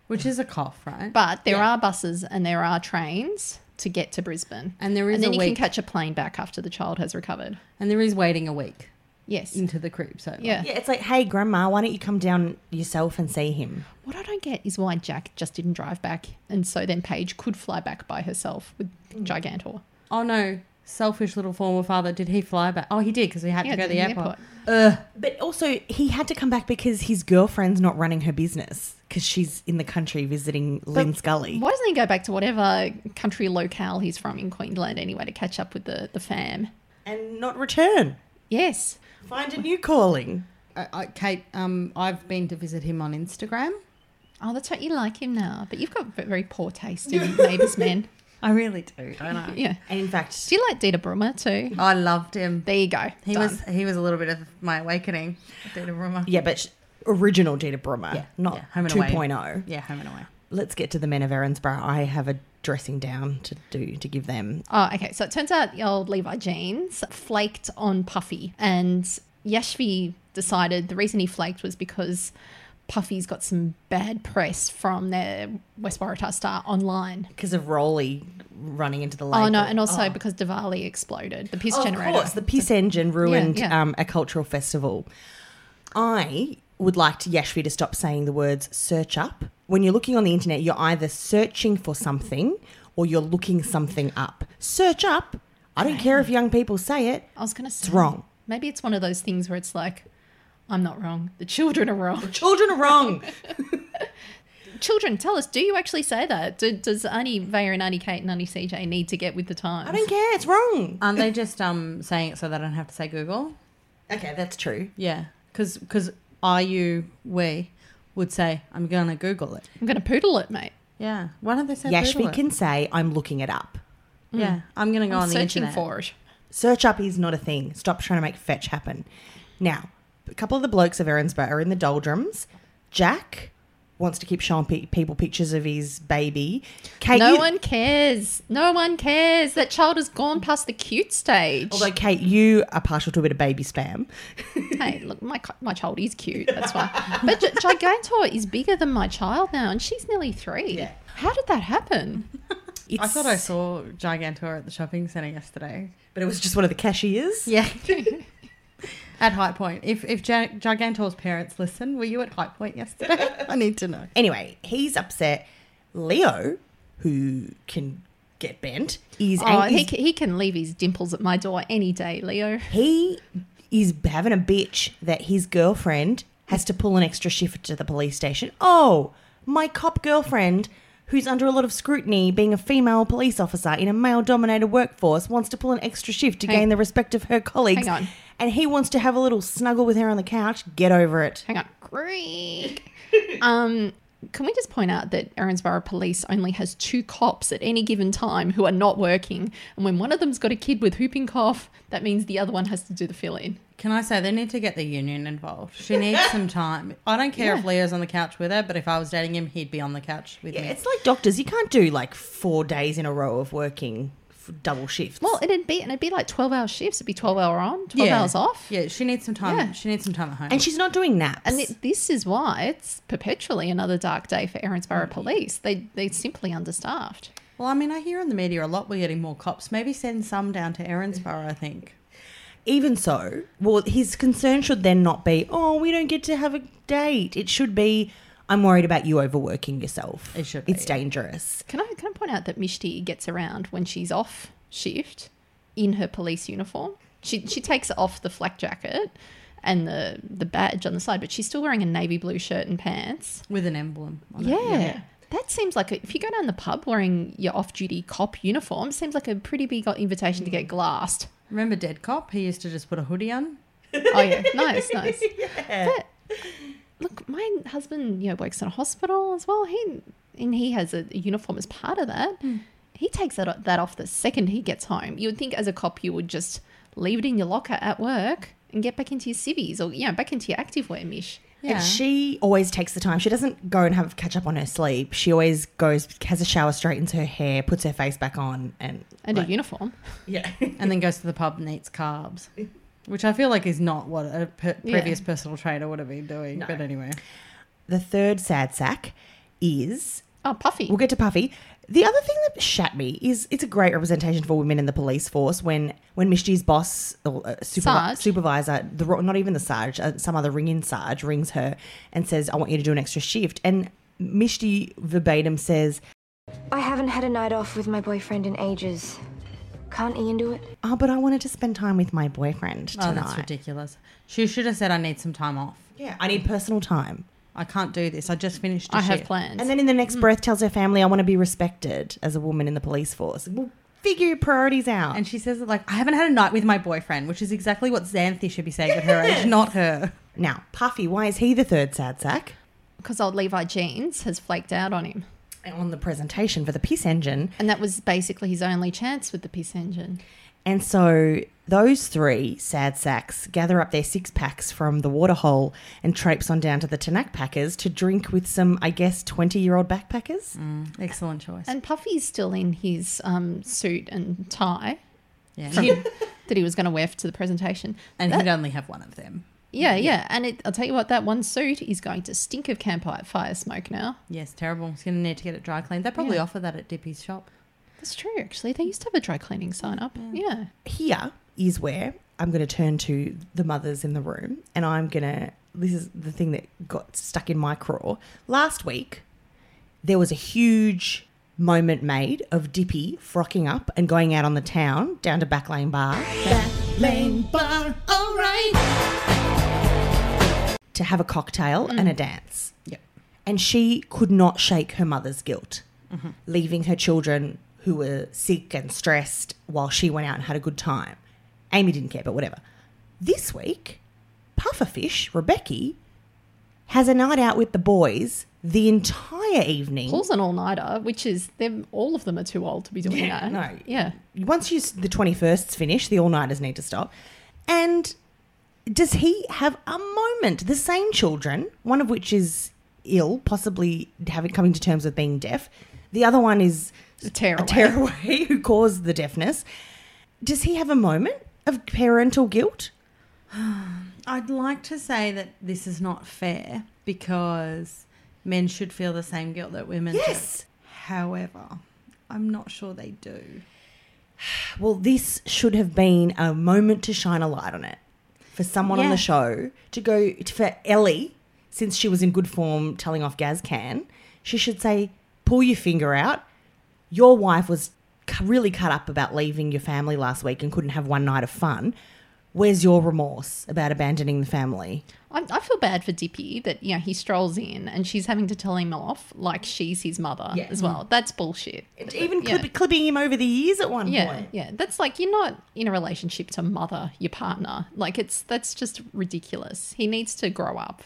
Which is a cough, right?
But there are buses and there are trains to get to Brisbane.
And there is
And then
a
you
week-
can catch a plane back after the child has recovered.
and there is waiting a week
Yes.
into the crib. So like,
Yeah.
yeah, it's like, hey, grandma, why don't you come down yourself and see him?
What I don't get is why Jack just didn't drive back. And so then Paige could fly back by herself with
Mm.
Gigantor.
oh no, selfish little former father. Did he fly back? Oh, he did because we had
Yeah,
to go to
to
the
the
airport.
But also, he had to come back because his girlfriend's not running her business because she's in the country visiting Lynn Scully.
Why doesn't he go back to whatever country locale he's from in Queensland anyway to catch up with the, the fam?
And not return.
Yes.
Find a new calling.
Uh, uh, Kate, um, I've been to visit him on Instagram.
Oh, that's right. You like him now, but you've got v- very poor taste in neighbours, men.
I really do, don't I?
Yeah.
And in fact,
Do you like Dita Brummer too?
I loved him.
There you go.
He
Done.
was he was a little bit of my awakening. Data rumor.
yeah, but sh- original Dita Brummer, not oh.
yeah, home and away.
2.0.
Yeah, home and away.
Let's get to the men of Erinsborough. I have a dressing down to do to give them.
Oh, okay. So it turns out the old Levi jeans flaked on Puffy, and Yashvi decided the reason he flaked was because Puffy's got some bad press from the West Waratah Star online.
Because of Rolly running into the lake.
Oh no, and also because Diwali exploded, the piss
Of
generator.
course, the piss engine ruined
yeah.
Um, a cultural festival. I would like to Yashvi to stop saying the words search up. When you're looking on the internet, you're either searching for something or you're looking something up. Search up. I don't care if young people say it.
I was gonna say
wrong.
Maybe it's one of those things where it's like, I'm not wrong. The children are wrong.
Children are wrong.
children, tell us, do you actually say that? Do, does Auntie Vaya and Auntie Kate and Auntie CJ need to get with the times?
I don't care. It's wrong.
Aren't they just um saying it so they don't have to say Google?
Okay, that's true.
Yeah, because are you we would say I'm gonna Google it.
I'm gonna poodle it, mate.
Yeah, why don't they say Google
Yashvi
it?
can say, I'm looking it up.
Yeah, I'm gonna go
I'm
on the
searching
internet.
for it.
Search up is not a thing. Stop trying to make fetch happen. Now, a couple of the blokes of Erinsborough are in the doldrums. Jack wants to keep showing pe- people pictures of his baby. Kate,
No
you-
one cares. No one cares. That child has gone past the cute stage.
Although Kate, you are partial to a bit of baby spam.
hey, look, my co- my child is cute. That's why. But Gi- Gigantor is bigger than my child now, and she's nearly three. How did that happen?
It's,
I thought I saw Gigantor at the shopping centre yesterday.
but it was just one of the cashiers.
Yeah, at High Point. If if Ja- Gigantor's parents listen, were you at High Point yesterday? I need to know.
Anyway, he's upset. Leo, who can get bent, is
Oh,
ang-
he,
is-
c- he can leave his dimples at my door any day, Leo.
he is having a bitch that his girlfriend has to pull an extra shift to the police station. Oh, my cop girlfriend, who's under a lot of scrutiny, being a female police officer in a male dominated workforce, wants to pull an extra shift to
Hang-
gain the respect of her colleagues.
Hang on.
And he wants to have a little snuggle with her on the couch. Get over it.
Hang on, Greek. um, can we just point out that Erinsborough Police only has two cops at any given time who are not working, and when one of them's got a kid with whooping cough, that means the other one has to do the fill in.
Can I say they need to get the union involved? She needs some time. I don't care if Leo's on the couch with her, but if I was dating him, he'd be on the couch with me.
It's like doctors, you can't do like four days in a row of working f- double shifts.
Well, it'd be and it'd be like twelve hour shifts. It'd be twelve hour on, twelve
Yeah.
hours off.
Yeah, she needs some time.
Yeah.
She needs some time at home.
and she's not doing naps.
And th- this is why it's perpetually another dark day for Erinsborough
Mm.
Police. They they simply understaffed.
well, I mean, I hear in the media a lot we're getting more cops. Maybe send some down to Erinsborough, I think.
Even so, well, his concern should then not be, oh, we don't get to have a date. It should be, I'm worried about you overworking yourself.
It should be,
It's dangerous.
Can I can I point out that Mishti gets around when she's off shift in her police uniform? She she takes off the flak jacket and the the badge on the side, but she's still wearing a navy blue shirt and pants.
With an emblem. on it.
Yeah. That seems like a, if you go down the pub wearing your off-duty cop uniform, seems like a pretty big invitation to get glassed.
Remember Dead Cop? He used to just put a hoodie on.
Oh yeah, nice, nice. But look, my husband, you know, works in a hospital as well. He and he has a, a uniform as part of that.
Hmm.
He takes that o- that off the second he gets home. You would think as a cop you would just leave it in your locker at work and get back into your civvies or you know, back into your active wear mish.
Yeah.
And she always takes the time. She doesn't go and have catch up on her sleep. She always goes, has a shower, straightens her hair, puts her face back on, and
And
like-
a uniform.
yeah.
and then goes to the pub and eats carbs. Which I feel like is not what a per- previous personal trainer would have been doing. But anyway.
the third sad sack is
Oh, puffy.
We'll get to Puffy. The other thing that shat me is it's a great representation for women in the police force when when Mishti's boss or uh, supervi-
Sarge.
supervisor, the ro- not even the Sarge, uh, some other ring in Sarge rings her and says, "I want you to do an extra shift." And Mishti verbatim says,
I haven't had a night off with my boyfriend in ages. Can't Ian do it?
"Oh, but I wanted to spend time with my boyfriend
Oh,
tonight.
that's ridiculous. She should have said, I need some time off.
Yeah, I need personal time."
I can't do this. I just finished a
I have
shift."
plans.
And then in the next breath, tells her family, "I want to be respected as a woman in the police force." Well, figure your priorities out.
And she says, it like, I haven't had a night with my boyfriend, which is exactly what Xanthi should be saying at her age, not her.
now, Puffy, why is he the third sad sack?
Because old Levi Jeans has flaked out on him.
on the presentation for the piss engine.
And that was basically his only chance with the piss engine.
And so those three sad sacks gather up their six packs from the waterhole and traipse on down to the Tanak Packers to drink with some, I guess, 20 year old backpackers.
Excellent choice.
And Puffy's still in his um, suit and tie
yeah.
that he was going to wear to the presentation.
and he'd only have one of them.
Yeah, yeah. And it, I'll tell you what, that one suit is going to stink of campfire smoke now.
Yes, terrible. He's going to need to get it dry cleaned. They probably
Yeah.
offer that at Dippy's shop.
That's true, actually. They used to have a dry cleaning sign up. Yeah.
Here is where I'm going to turn to the mothers in the room and I'm going to. This is the thing that got stuck in my craw. Last week, there was a huge moment made of Dippy frocking up and going out on the town down to Backlane Bar.
All right.
to have a cocktail and a dance.
Yep.
And she could not shake her mother's guilt, leaving her children who were sick and stressed while she went out and had a good time. Amy didn't care, but whatever. This week, Pufferfish, Rebecca, has a night out with the boys the entire evening.
Paul's an all nighter, which is them. All of them are too old to be doing that.
no.
Yeah.
Once you, s- the 21st's finished, the all nighters need to stop. And does he have a moment? The same children, one of which is ill, possibly having coming to terms with being deaf. The other one is
A tearaway.
a tearaway who caused the deafness. Does he have a moment of parental guilt?
I'd like to say that this is not fair because men should feel the same guilt that women
Yes.
do. However, I'm not sure they do.
Well, this should have been a moment to shine a light on it for someone on
Yeah.
the show to go for Ellie, since she was in good form telling off Gazcan. She should say, "Pull your finger out. Your wife was cu- really cut up about leaving your family last week and couldn't have one night of fun. Where's your remorse about abandoning the family?"
I, I feel bad for Dippy that you know he strolls in and she's having to tell him off like she's his mother as well. That's bullshit.
Even
yeah.
clip- clipping him over the ears at one
Yeah,
point.
yeah. That's like you're not in a relationship to mother your partner. Like it's that's just ridiculous. He needs to grow up,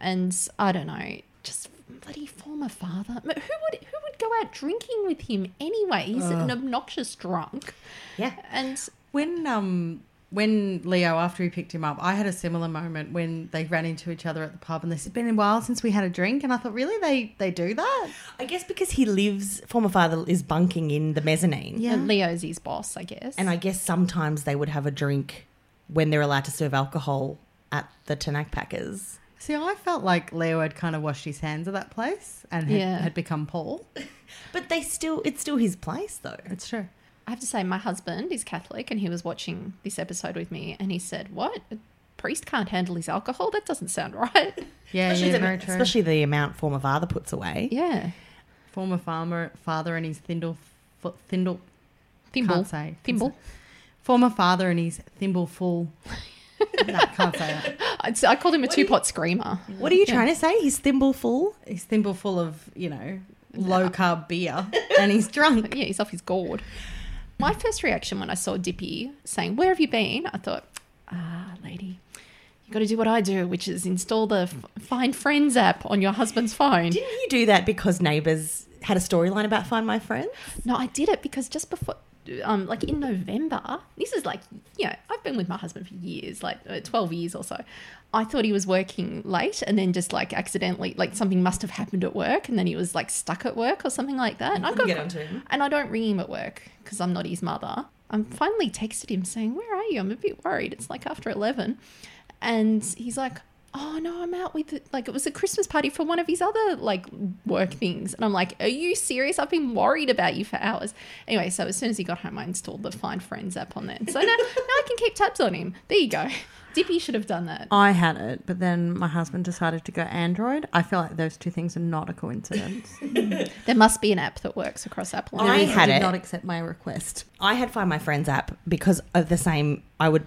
and I don't know, just bloody former father. But who would who would go out drinking with him anyway? He's an obnoxious drunk,
Yeah.
and
When um when Leo after he picked him up, I had a similar moment when they ran into each other at the pub and they said, "It's been a while since we had a drink," and I thought, really, they they do that?
I guess because he lives, former father is bunking in the mezzanine.
Yeah.
and Leo's his boss, I guess.
And I guess sometimes they would have a drink when they're allowed to serve alcohol at the Tanak Packers.
See, I felt like Leo had kind of washed his hands of that place and had,
Yeah.
had become Paul.
But they still, it's still his place though.
It's true.
I have to say, my husband is Catholic and he was watching this episode with me and he said, What? A priest can't handle his alcohol? That doesn't sound right.
Yeah, yeah,
the,
very true.
especially the amount former father puts away.
Yeah.
Former farmer father and his thimble, f- thimble,
Thimble.
Can't say.
Thimble.
former father and his thimble full. no, can't say that.
I'd say- I called him a two pot screamer.
What are you trying to say? His thimble full?
His thimble full of you know low carb beer, and he's drunk.
Yeah, he's off his gourd. My first reaction when I saw Dippy saying, Where have you been? I thought, Ah, lady, you got to do what I do, which is install the F- Find Friends app on your husband's phone.
Didn't you do that because Neighbours had a storyline about Find My Friend?
No, I did it because just before, um, like in November, this is like, you know, I've been with my husband for years, like uh, 12 years or so. I thought he was working late and then just like accidentally, like something must have happened at work and then he was like stuck at work or something like that. And I got,
get onto him.
And I don't ring him at work because I'm not his mother. I finally texted him saying, Where are you? I'm a bit worried. It's like after 11. And he's like, Oh no, I'm out with like it was a Christmas party for one of his other like work things. And I'm like, Are you serious? I've been worried about you for hours. Anyway, so as soon as he got home, I installed the Find Friends app on there. So now, now I can keep tabs on him. There you go. Dippy should have done that.
I had it, but then my husband decided to go Android. I feel like those two things are not a coincidence.
There must be an app that works across Apple. and
I
Android.
had
did
it.
not accept my request.
I had Find My Friends app because of the same. I would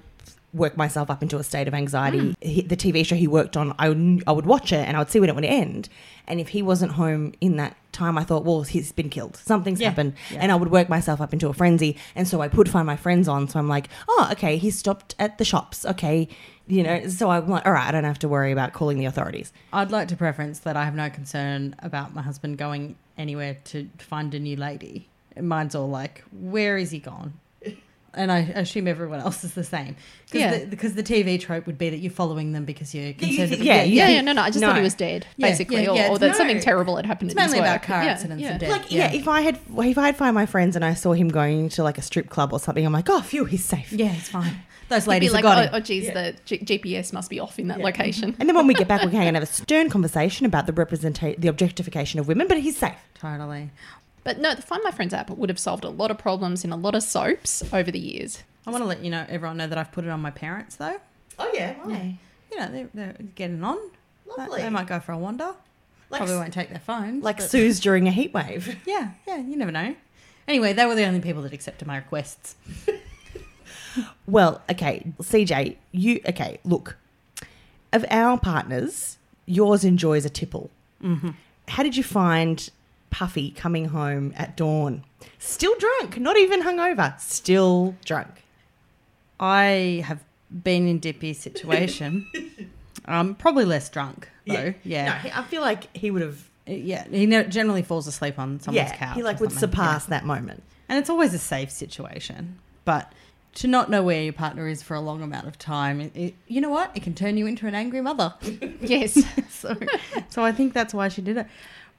work myself up into a state of anxiety. He- The TV show he worked on, I would, I would watch it and I would see when it would end. And if he wasn't home in that time I thought, well, he's been killed. Something's
Yeah.
happened.
Yeah.
And I would work myself up into a frenzy. And so I would find my friends on. So I'm like, oh, okay, he stopped at the shops. Okay. You know, so I'm like, all right, I don't have to worry about calling the authorities.
I'd like to preference that I have no concern about my husband going anywhere to find a new lady. Mine's all like, where is he gone? And I assume everyone else is the same. Cause
Yeah.
The, because the TV trope would be that you're following them because you're concerned. about-
yeah, you
Yeah,
think-
yeah, no, no. I just thought
no.
he was dead,
Yeah,
basically,
yeah,
or,
yeah,
or that
no.
something terrible had happened.
It's
in his
mainly about
work.
car
Yeah,
accidents
yeah.
and death.
Like, yeah. if I had, if I had find my friends and I saw him going to like a strip club or something, I'm like, oh, phew, he's safe.
Yeah, it's fine. Those
You'd be
ladies
like,
have got him.
oh, oh, geez, the G- GPS must be off in that location.
And then when we get back, we can have a stern conversation about the representation, the objectification of women. But he's safe.
Totally.
But no, the Find My Friends app would have solved a lot of problems in a lot of soaps over the years.
I want to let you know, everyone know that I've put it on my parents though.
Oh yeah,
You know, they're, they're getting on. They-
Lovely.
They might go for a wander. Probably won't take their phones.
like
but-
Sue's during a heat wave.
yeah, yeah. You never know. Anyway, they were the only people that accepted my requests.
Well, okay, CJ, you okay? Look, of our partners, yours enjoys a tipple.
Mm-hmm.
How did you find Puffy coming home at dawn? Still drunk, not even hungover, still drunk.
I have been in Dippy situation. um, probably less drunk though.
No,
Yeah,
he- I feel like he would have.
yeah. He ne- generally falls asleep on someone's
Yeah,
couch.
he like
or
would
something.
surpass that moment.
Yeah. and it's always a safe situation. But to not know where your partner is for a long amount of time, it, it, you know what? It can turn you into an angry mother.
Yes.
so, so I think that's why she did it.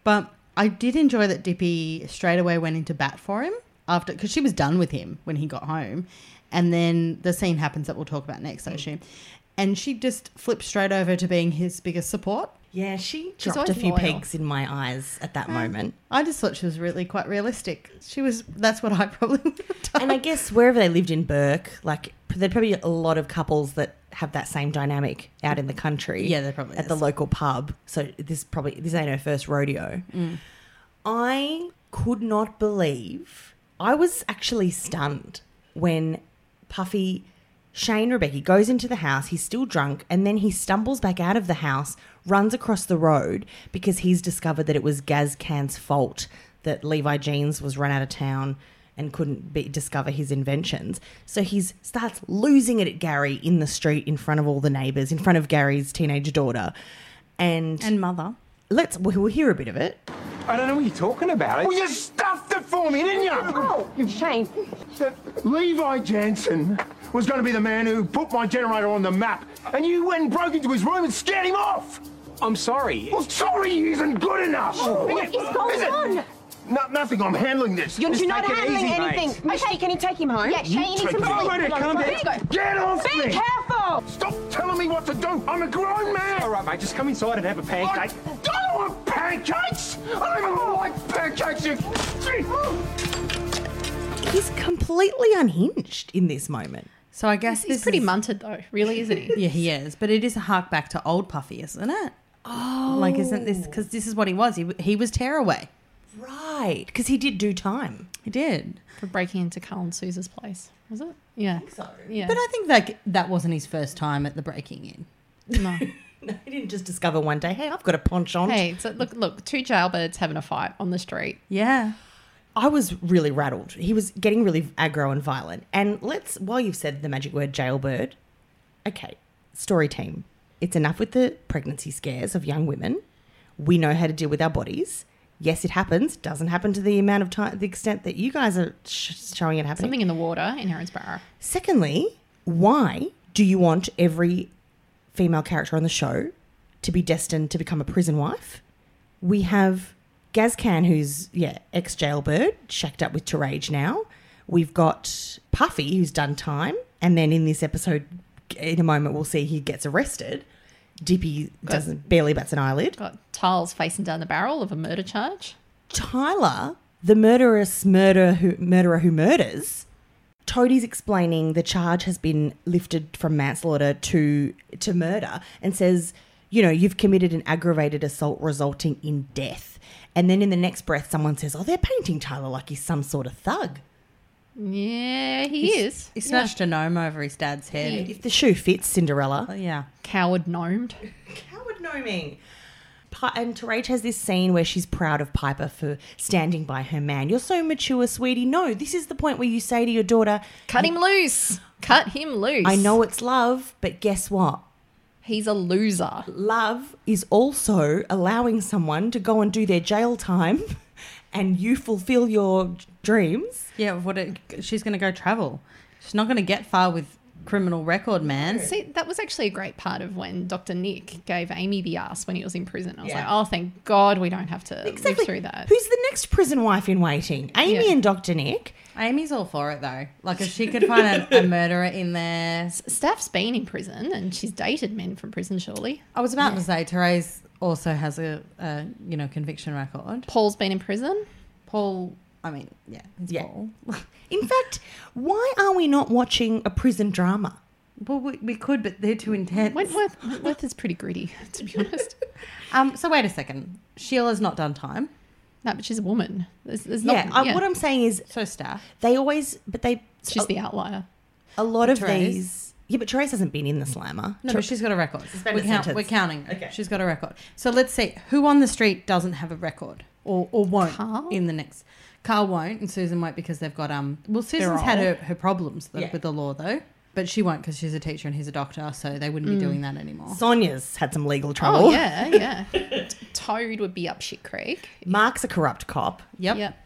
But I did enjoy that Dippy straight away went into bat for him after because she was done with him when he got home, and then the scene happens that we'll talk about next, I assume. And she just flipped straight over to being his biggest support.
Yeah, she dropped a
always
few
loyal.
pegs in my eyes at
Hmm.
that moment.
I just thought she was really quite realistic. She was. That's what I probably would have done.
And I guess wherever they lived in Burke, like there'd probably be a lot of couples that have that same dynamic out in the country.
Yeah, there probably
at the
is.
local pub. So this probably this ain't her first rodeo. I could not believe I was actually stunned when Puffy Shane Rebecca goes into the house, he's still drunk, and then he stumbles back out of the house, runs across the road because he's discovered that it was Gaz Can's fault that Levi Jeans was run out of town and couldn't be, discover his inventions. So he starts losing it at Gary in the street in front of all the neighbors, in front of Gary's teenage daughter. And,
and mother.
let's we'll we'll hear a bit of it.
I don't know what you're talking about.
Well, you stuffed it for me, didn't you?
Oh, Shane.
That Levi Jansen was going to be the man who put my generator on the map, and you went and broke into his room and scared him off.
I'm sorry.
Well, sorry, isn't good enough.
Oh.
what is going
Is it-
on?
No, nothing. I'm handling this.
You're,
Just
you're not
take it
handling
easy, mate.
anything. Misty, can you take him home?
Yeah, Shane, you need some
All right,
sleep.
calm down.
Let's go.
Get off
Be
me!
careful!
Stop telling me what to do. I'm a grown man.
All right, mate. Just come inside and have a
I
pancake.
don't want pancakes. I don't even like pancakes. You.
He's completely unhinged in this moment.
So I guess
He's
this
pretty
is-
munted, though, really, isn't he?
Yeah, he is. But it is a hark back to old Puffy, isn't it? Oh, like isn't this because this is what he was? He w- he was tearaway.
Right, because he did do time.
He did.
For breaking into Carl and Suze's place, was it? Yeah. so. Yeah.
But I think that that wasn't his first time at the breaking in.
no.
No, he didn't just discover one day, hey, I've got a penchant.
Hey, so look, look, two jailbirds having a fight on the street.
Yeah.
I was really rattled. He was getting really aggro and violent. And let's, while you've said the magic word jailbird, okay, story team. It's enough with the pregnancy scares of young women. We know how to deal with our bodies. Yes, it happens. Doesn't happen to the amount of time, the extent that you guys are sh- showing it happening.
Something in the water in Erinsborough.
Secondly, why do you want every female character on the show to be destined to become a prison wife? We have Gaz Can, who's yeah ex jailbird, shacked up with Terage now. We've got Puffy, who's done time, and then in this episode, in a moment, we'll see he gets arrested. Dippy doesn't barely bats an eyelid.
Got Tiles facing down the barrel of a murder charge.
Tyler, the murderous murderer who, murderer who murders, Toadie's explaining the charge has been lifted from manslaughter to to murder and says, you know, you've committed an aggravated assault resulting in death. And then in the next breath, someone says, oh, they're painting Tyler like he's some sort of thug.
Yeah, he is.
He smashed a gnome over his dad's head.
If the shoe fits, Cinderella.
Yeah.
Coward gnomed.
Coward gnoming. Pi- and Terrage has this scene where she's proud of Piper for standing by her man. You're so mature, sweetie. No, this is the point where you say to your daughter,
Cut him loose. Cut him loose.
I know it's love, but guess what?
He's a loser.
Love is also allowing someone to go and do their jail time and you fulfill your dreams.
Yeah, what it, she's going to go travel. She's not going to get far with criminal record, man.
See, that was actually a great part of when Dr. Nick gave Amy the ass when he was in prison. I was like, oh, thank God we don't have to live through that.
Who's the next prison wife in waiting? Amy
Yeah.
and Dr. Nick.
Amy's all for it though. Like if she could find a, a murderer in there,
Staff's been in prison and she's dated men from prison, surely.
I was about to say Therese also has a, a you know conviction record.
Paul's been in prison.
Paul, I mean, yeah, it's
Yeah.
Paul.
In fact, why are we not watching a prison drama?
Well, we, we could, but they're too intense.
Wentworth, Wentworth is pretty gritty, to be honest.
Um, so wait a second. Sheila's not done time.
No, but she's a woman. There's, there's
yeah,
not,
I, what I'm saying is
So staff.
they always, but they,
She's
a,
the outlier.
a lot of
Therese.
these. Yeah, but Therese hasn't been in the slammer.
No,
Ther-
but she's got a record.
Suspended
We count,
sentence.
we're counting. Okay. She's got a record. So let's see who on the street doesn't have a record or, or won't
Carl?
in the next. Carl won't, and Susan won't because they've got um. Well, Susan's had her, her problems though,
Yeah.
with the law though, but she won't because she's a teacher and he's a doctor, so they wouldn't be doing that anymore.
Sonia's had some legal trouble.
Oh, yeah, yeah. T- Toad would be up shit creek.
Mark's a corrupt cop.
Yep.
Yep.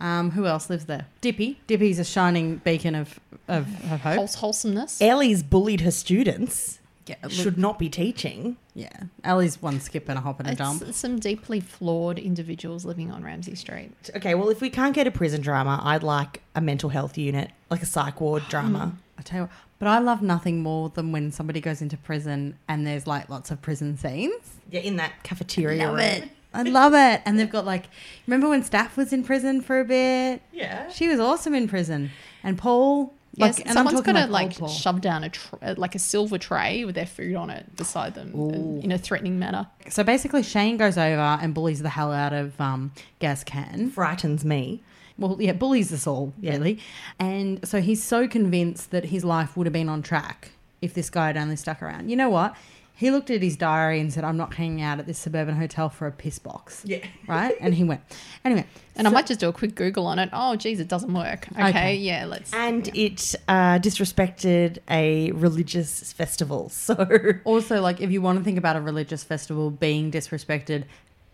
Um, who else lives there? Dippy. Dippy's a shining beacon of of, of hope.
Wholes- Wholesomeness.
Ellie's bullied her students.
Yeah, look-
Should not be teaching.
yeah. Ellie's one skip and a hop and a dump.
It's some deeply flawed individuals living on Ramsey Street.
Okay, well, if we can't get a prison drama, I'd like a mental health unit, like a psych ward drama.
I tell you what, but I love nothing more than when somebody goes into prison and there's like lots of prison scenes.
Yeah, in that cafeteria room.
I love it. And they've got like, remember when Staff was in prison for a bit? Yeah. She was awesome in prison. And Paul, like,
yes,
and
someone's
I'm talking
got to
like,
like,
old Paul.
shove down a tr- uh, like a silver tray with their food on it beside them uh, in a threatening manner.
so basically, Shane goes over and bullies the hell out of um, Gas Can.
Frightens me.
Well, yeah, bullies us all, really. And so he's so convinced that his life would have been on track if this guy had only stuck around. You know what? He looked at his diary and said, I'm not hanging out at this suburban hotel for a piss box. Yeah. Right? And he went. Anyway.
And I might just do a quick Google on it. Oh, geez, it doesn't work. Okay,
Okay.
yeah, let's.
And it uh, disrespected a religious festival. So,
Also, like, if you want to think about a religious festival being disrespected,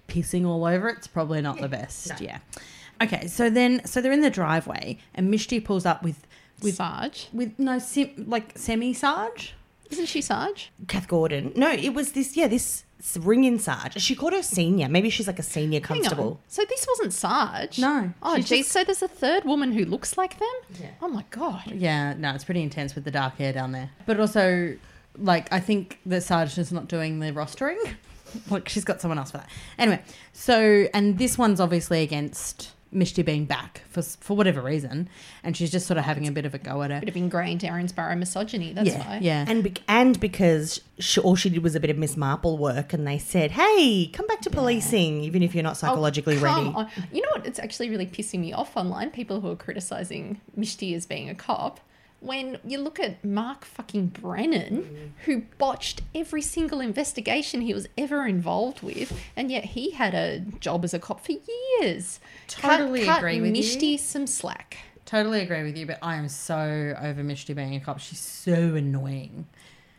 pissing all over it's probably not the best. Yeah. Okay. So then, so they're in the driveway, and Mishti pulls up with with
Sarge.
with no sim, like semi Sarge.
Isn't she Sarge?
Kath Gordon. No, it was this, yeah, this ring in Sarge. She called her senior. Maybe she's like a senior
Hang on.
constable.
So this wasn't Sarge.
No,
Oh,
she's
geez. So there's a third woman who looks like them. Oh my god.
Yeah, no, it's pretty intense with the dark hair down there. But also, like, I think that Sarge is not doing the rostering. like, she's got someone else for that. Anyway, so, and this one's obviously against Mishti being back for, for whatever reason. And she's just sort of having a bit of a go at her.
Bit of ingrained Erinsborough misogyny. That's
yeah,
why.
yeah.
And, be- and because she, all she did was a bit of Miss Marple work, and they said, hey, come back to policing, even if you're not
Oh,
psychologically
come
ready.
on. You know what? It's actually really pissing me off online. People who are criticizing Mishti as being a cop. When you look at Mark fucking Brennan, who botched every single investigation he was ever involved with, and yet he had a job as a cop for years. Cut-
Totally
cut
agree with you.
Mishti some slack.
Totally agree with you, but I am so over Mishti being a cop. She's so annoying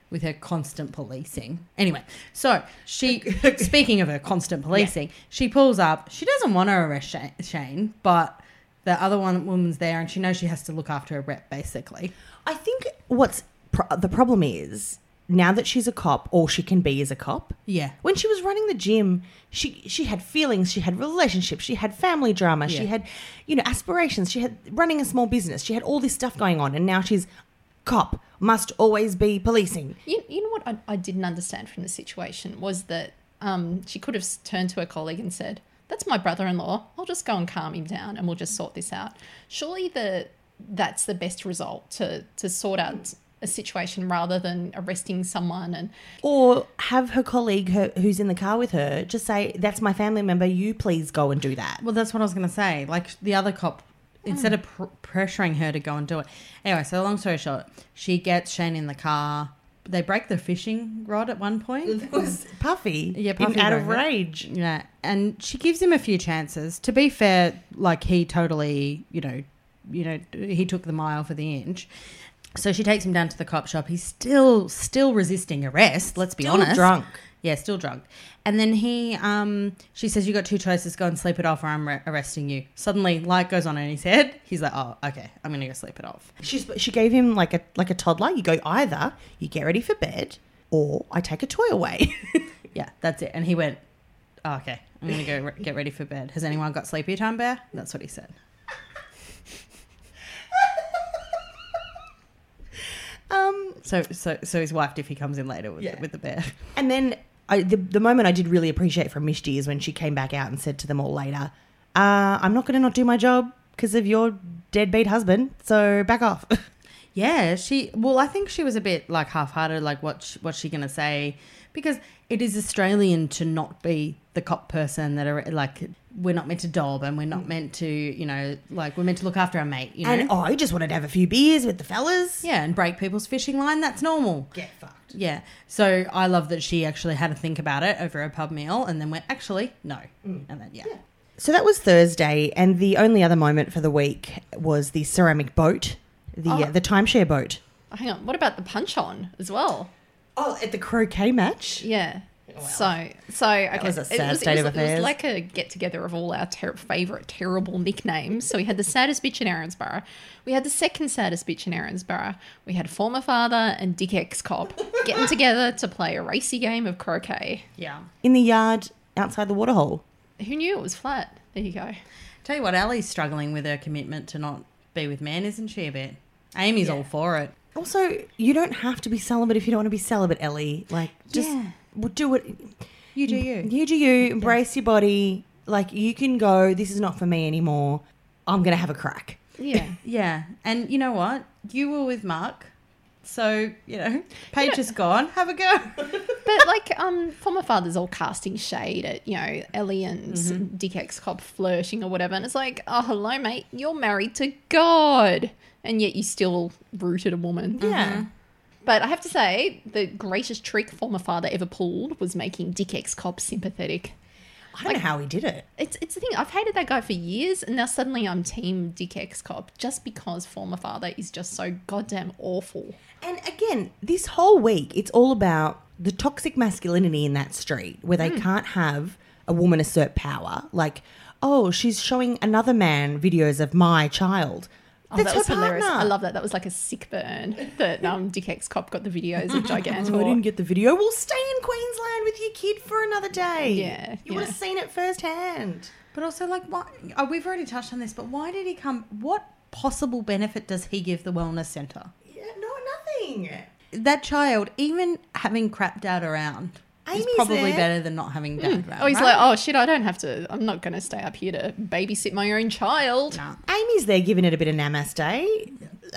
with her constant policing. Anyway, so she, speaking of her constant policing, she pulls up. She doesn't want to arrest Sha- Shane, but the other one woman's there and she knows she has to look after her rep, basically.
I think what's pro- the problem is now that she's a cop, all she can be is a cop.
Yeah.
When she was running the gym, she she had feelings, she had relationships, she had family drama, she
Yeah.
had you know aspirations, she had running a small business, she had all this stuff going on, and now she's cop must always be policing.
You, you know what I, I didn't understand from the situation was that um, she could have s- turned to her colleague and said, "That's my brother-in-law. I'll just go and calm him down, and we'll just sort this out." Surely the that's the best result to to sort out a situation rather than arresting someone and
Or have her colleague her, who's in the car with her just say, "That's my family member. You please go and do that."
Well, that's what I was going to say. Like the other cop, instead of pr- pressuring her to go and do it. Anyway, so long story short, she gets Shane in the car. they break the fishing rod at one point.
was Puffy.
Yeah,
in
Puffy
out of
broke it.
rage.
Yeah, and she gives him a few chances. To be fair, like he totally, you know, you know, he took the mile for the inch. So she takes him down to the cop shop. He's still still resisting arrest. Let's be
Still
honest.
drunk.
Yeah, still drunk. And then he, um, she says, "You got two choices: go and sleep it off, or I'm re- arresting you." Suddenly, light goes on in his head. He's like, "Oh, okay, I'm gonna go sleep it off."
She's, she gave him like a like a toddler. You go either you get ready for bed or I take a toy away.
Yeah, that's it. And he went, oh, "Okay, I'm gonna go re- get ready for bed." Has anyone got sleepy time, Bear? That's what he said.
um,
So, so, so his wife, if he comes in later with,
Yeah.
with the bear.
and then I, the the moment I did really appreciate from Mishti is when she came back out and said to them all later, uh, "I'm not going to not do my job because of your deadbeat husband. So back off."
Yeah, she. Well, I think she was a bit like half-hearted, like what sh what's she gonna say? Because it is Australian to not be the cop person that are like we're not meant to dob and we're not meant to, you know, like we're meant to look after our mate, you know.
Mm. and oh, I just wanted to have a few beers with the fellas.
yeah, and break people's fishing line. That's normal.
Get fucked.
Yeah. So I love that she actually had to think about it over a pub meal and then went, actually, no.
Mm.
And then, yeah.
So that was Thursday, and the only other moment for the week was the ceramic boat, the uh, the timeshare boat.
Hang on, what about the punch on as well?
Oh, at the croquet match.
Yeah. So, so okay.
was a sad
it was,
state
it
of
was, It
affairs.
was like a get together of all our ter- favorite terrible nicknames. So we had the saddest bitch in Erinsborough. We had the second saddest bitch in Erinsborough. We had former father and dick ex cop getting together to play a racy game of croquet.
Yeah.
in the yard outside the waterhole.
Who knew it was flat? There you go.
Tell you what, Ali's struggling with her commitment to not be with men, isn't she, a bit? Amy's all for it.
Also, you don't have to be celibate if you don't want to be celibate, Ellie. Like, just
Yeah.
well, do it.
You
Mm.
do you.
You do you. Embrace your body. Like, you can go. This is not for me anymore. I'm gonna have a crack.
Yeah.
Yeah. And you know what? You were with Mark. So, you know, Paige is gone. Have a go.
but like um former father's all casting shade at you know ellie and dick ex cop flirting or whatever and it's like oh hello mate you're married to god and yet you still rooted a woman
Yeah.
but i have to say the greatest trick former father ever pulled was making dick ex cop sympathetic
I don't know how he did it.
it's, it's the thing i've hated that guy for years and now suddenly i'm team dick ex cop just because former father is just so goddamn awful
And again, this whole week, it's all about the toxic masculinity in that street where they can't have a woman assert power. Like, oh, she's showing another man videos of my child.
Oh,
That's
that was
her partner.
hilarious. I love that. That was like a sick burn that um, Dick X Cop got the videos of Gigantor.
Oh, I didn't get the video. We'll stay in Queensland with your kid for another day.
Yeah,
You
yeah.
would have seen it firsthand.
But also, like, why? Oh, we've already touched on this, but why did he come? What possible benefit does he give the wellness centre?
Yeah, no, nothing.
That child, even having crap dad around, is
Amy's
probably
there.
better than not having dad around.
oh, he's
right?
like, oh shit, I don't have to. I'm not going to stay up here to babysit my own child.
Nah.
Amy's there giving it a bit of namaste.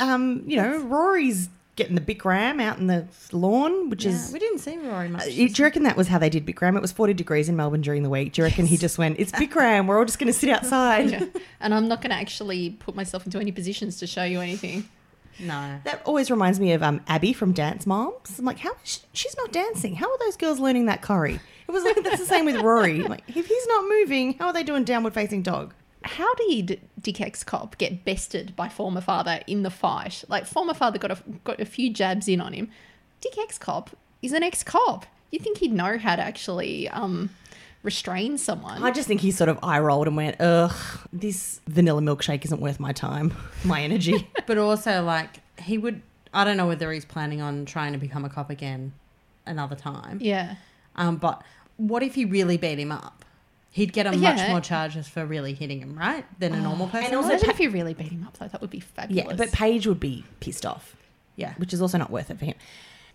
Um, you know, Rory's getting the big ram out in the lawn, which
Yeah,
is. Uh,
we didn't see Rory much.
Do you reckon that was how they did Bikram? It was 40 degrees in Melbourne during the week. Do you reckon he just went, it's Bikram, we're all just going to sit outside?
And I'm not going to actually put myself into any positions to show you anything.
no.
That always reminds me of um, Abby from Dance Moms. I'm like, how is she, she's not dancing? How are those girls learning that curry? It was like that's the same with Rory. Like if he's not moving, how are they doing downward facing dog?
How did Dick X Cop get bested by former father in the fight? Like, former father got a, got a few jabs in on him. Dick X Cop is an ex cop. You think he'd know how to actually um, restrain someone?
I just think he sort of eye rolled and went, ugh, this vanilla milkshake isn't worth my time, my energy.
But also, like, he would. I don't know whether he's planning on trying to become a cop again another time.
yeah.
Um, but what if he really beat him up? He'd get on much
Yeah. Oh,
more charges for really hitting him, right? Than a normal person.
also
would?
Imagine if you really beat him up, though. That would be
yeah,
fabulous.
but Paige would be pissed off,
yeah.
which is also not worth it for him.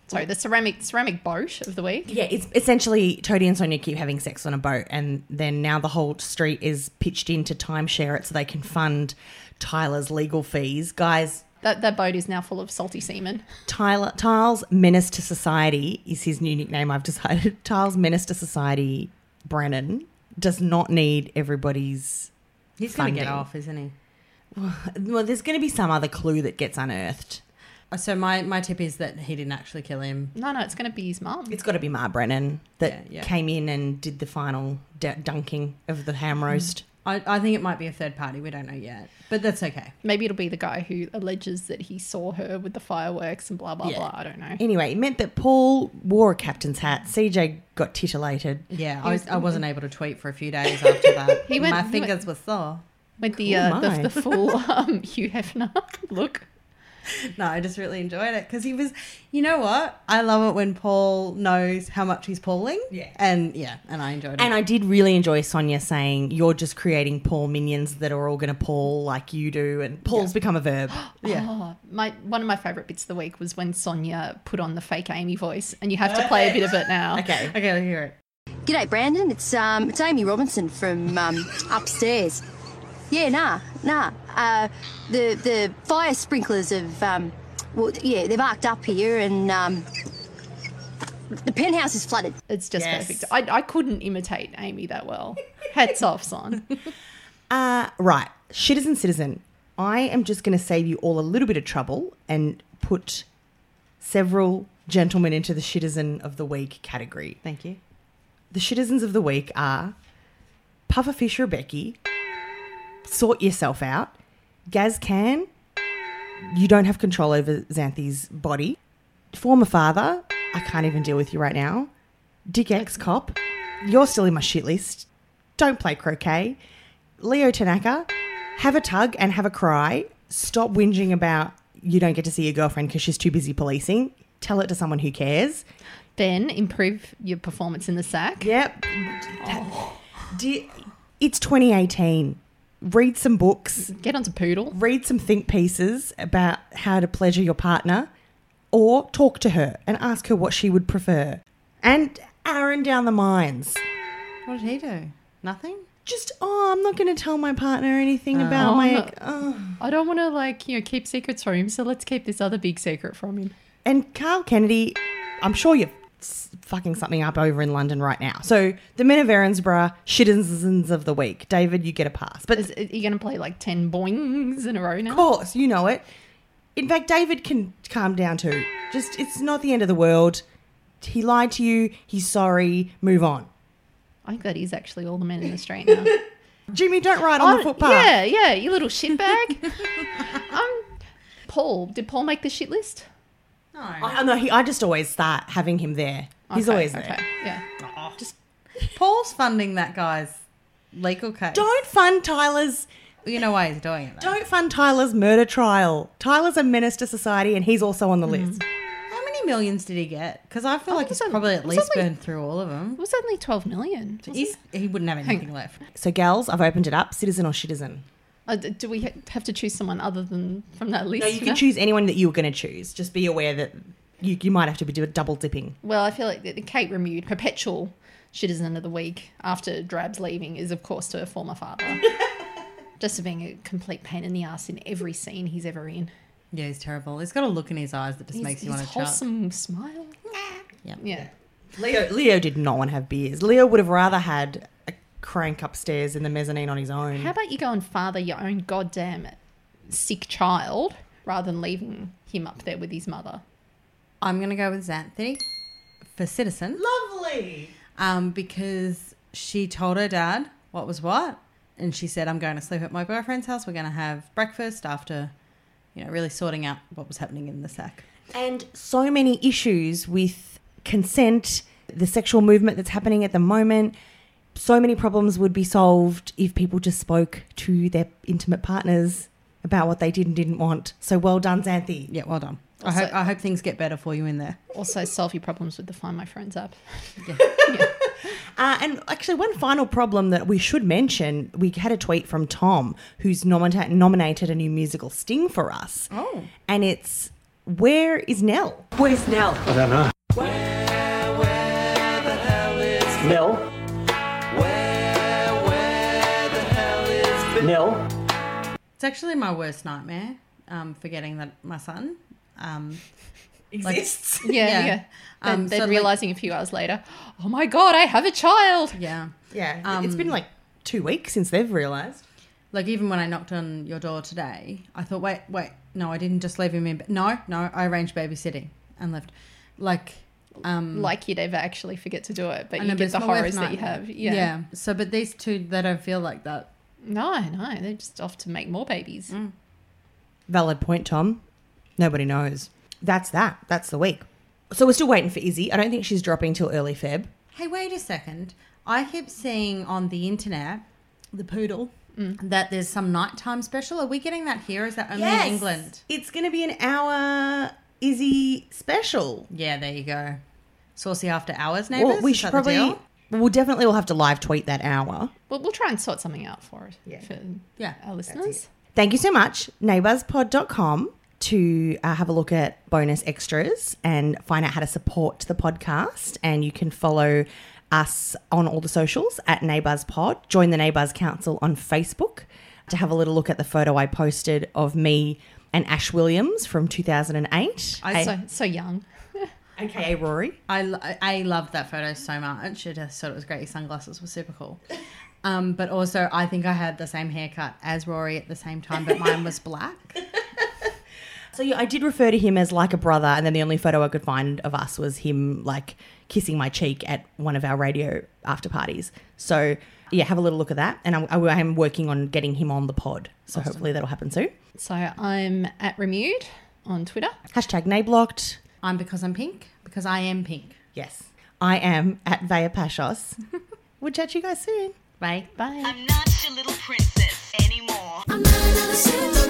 Sorry, the ceramic ceramic boat of the week.
Yeah, it's essentially Toadie and Sonia keep having sex on a boat, and then now the whole street is pitched in to timeshare it so they can fund Tyler's legal fees. Guys,
That that boat is now full of salty semen.
Tyler, Tiles Menace to Society is his new nickname, I've decided. Tiles Menace to Society Brennan does not need everybody's.
He's going to get
funding.
off, isn't he?
Well, there's going to be some other clue that gets unearthed.
Uh, So my, my tip is that he didn't actually kill him.
No, no, it's going to be his mum.
It's got to be Ma Brennan that
Yeah, yeah.
came in and did the final d- dunking of the ham
Mm-hmm.
roast.
I, I think it might be a third party. We don't know yet, but that's okay.
Maybe it'll be the guy who alleges that he saw her with the fireworks and blah, blah,
Yeah.
blah. I don't know.
Anyway, it meant that Paul wore a captain's hat. CJ got titillated.
Yeah, I, was, I wasn't able to tweet for a few days after that.
He went-
My
he
fingers were sore.
With the,
Cool,
uh,
my.
the, the full um, Hugh Hefner look.
No, I just really enjoyed it because he was. You know what? I love it when Paul knows how much he's pulling.
Yeah.
and yeah, and I enjoyed it.
And I did really enjoy Sonia saying, You're just creating Paul minions that are all going to Paul like you do. And Paul's become a verb.
yeah,
Oh, my one of my favorite bits of the week was when Sonia put on the fake Amy voice, and you have to play a bit of it now.
okay.
okay, I hear it.
G'day, Brandon. It's um, it's Amy Robinson from um, upstairs. Yeah, nah, nah. Uh, the the fire sprinklers have um, well, yeah, they've arced up here, and um, the penthouse is flooded.
It's just perfect. I, I couldn't imitate Amy that well. Hats off, Son.
Uh, right. Citizen, citizen. I am just going to save you all a little bit of trouble and put several gentlemen into the citizen of the week category.
Thank you.
The citizens of the week are Puffer Fisher Becky, Sort Yourself Out, Gaz Can, You Don't Have Control Over Xanthi's Body, Former Father, I Can't Even Deal With You Right Now, Dick X Cop, You're Still in My Shit List, Don't Play Croquet, Leo Tanaka, Have a Tug and Have a Cry, Stop Whinging About You Don't Get to See Your Girlfriend Because She's Too Busy Policing, Tell It to Someone Who Cares,
Then improve your performance in the sack.
Yep. Do you- it's 2018. Read some books,
Get onto Poodle.
read some think pieces about how to pleasure your partner, or talk to her and ask her what she would prefer. And Aaron down the mines.
What did he do? Nothing.
Just, oh, I'm not going to tell my partner anything about
Oh,
my.
no.
oh.
I don't want to like you know keep secrets from him, so let's keep this other big secret from him.
And Carl Kennedy, I'm sure you're s- fucking something up over in London right now. So the men of Erinsborough, citizens of the week. David, you get a pass. But
Is, are you going to play like ten boings in a row now?
course, you know it. In fact, David can calm down too. Just, it's not the end of the world. He lied to you. He's sorry. Move on.
I think that is actually all the men in the street now.
Jimmy, don't ride on
Oh,
the footpath.
Yeah, yeah, you little shitbag. um, Paul, did Paul make the shit list?
I, I know. He, I just always start having him there. He's
Okay,
always there.
okay, yeah.
Paul's funding that guy's legal case.
Don't fund Tyler's.
you know why he's doing it? Though.
Don't fund Tyler's murder trial. Tyler's a menace to society, and he's also on the
Mm-hmm.
list.
How many millions did he get? Because I feel like he's
it's only-
probably at
it's
least
only-
burned through all of them.
It was only 12 million. wasn't
He's,
it?
he wouldn't have anything left.
So, gals, I've opened it up. Citizen or citizen?
Uh, d- do we ha- have to choose someone other than from that list?
No, you can choose anyone that you were going to choose. Just be aware that you, you might have to be do- double dipping.
Well, I feel like the- the Kate Remude perpetual citizen of the week after Drab's leaving is, of course, to her former father. Just for being a complete pain in the ass in every scene he's ever in.
Yeah, he's terrible. He's got a look in his eyes that just
His,
makes you
his
want to chuck.
wholesome smile.
Yeah.
Yeah.
Leo, Leo did not want to have beers. Leo would have rather had a crank upstairs in the mezzanine on his own.
How about you go and father your own goddamn sick child rather than leaving him up there with his mother?
I'm gonna go with Xanthi for citizen.
Lovely.
um, because she told her dad what was what, and she said, "I'm going to sleep at my boyfriend's house. We're going to have breakfast after, you know, really sorting out what was happening in the sack."
And so many issues with consent, the sexual movement that's happening at the moment. So many problems would be solved if people just spoke to their intimate partners about what they did and didn't want. So well done, Xanthi.
Yeah, well done.
Also-
I hope I hope things get better for you in there.
Also, solve your problems with the Find My Friends app.
Uh, and actually, one final problem that we should mention we had a tweet from Tom, who's nomina- nominated a new musical sting for us. Oh. And it's Where is Nell? Where's Nell?
Nil. Nil.
It's actually my worst nightmare, um, forgetting that my son um, exists.
Yeah, yeah.
Yeah.
Then,
Um,
then
so, like-
realizing a few hours later, oh my god, I have a child.
yeah.
Yeah.
Um,
it's been like two weeks since they've realised.
Like even when I knocked on your door today, I thought, wait, wait, No, I didn't just leave him in. ba- No, no, I arranged babysitting and left. Like, um,
like you'd ever actually forget to do it, but
I
you
know,
get
it's
the
my worst
horrors that you
nightmare.
have. Yeah.
yeah. So, but these two, they don't feel like that.
No, no, they're just off to make more babies.
Mm.
Valid point, Tom. Nobody knows. That's that. That's the week. So we're still waiting for Izzy. I don't think she's dropping till early Feb.
Hey, wait a second. I keep seeing on the internet the poodle that there's some nighttime special. Are we getting that here? or Is that only
Yes.
in England?
It's going to be an hour Izzy special.
Yeah, there you go. Saucy after hours, neighbors.
Well, we should probably. We'll definitely will have to live tweet that hour.
Well, we'll try and sort something out for it. Yeah. For
yeah.
Our listeners.
Thank you so much, neighbourspod.com, to uh, have a look at bonus extras and find out how to support the podcast. And you can follow us on all the socials at neighbourspod. Join the Neighbours Council on Facebook to have a little look at the photo I posted of me and Ash Williams from 2008.
I-
so, so young.
AKA Rory.
I, lo- I loved that photo so much. I just thought it was great. Your sunglasses were super cool. Um, but also, I think I had the same haircut as Rory at the same time, but mine was black.
So yeah, I did refer to him as like a brother, and then the only photo I could find of us was him like kissing my cheek at one of our radio after parties. So yeah, have a little look at that, and I'm, I am working on getting him on the pod. So hopefully that'll happen soon.
So I'm at Remude on Twitter.
Hashtag nayblocked.
I'm because I'm pink, because I am pink.
Yes, I am at Vaya Pashos. we'll chat to you guys soon.
Bye.
Bye.
I'm not your little princess anymore. I'm not another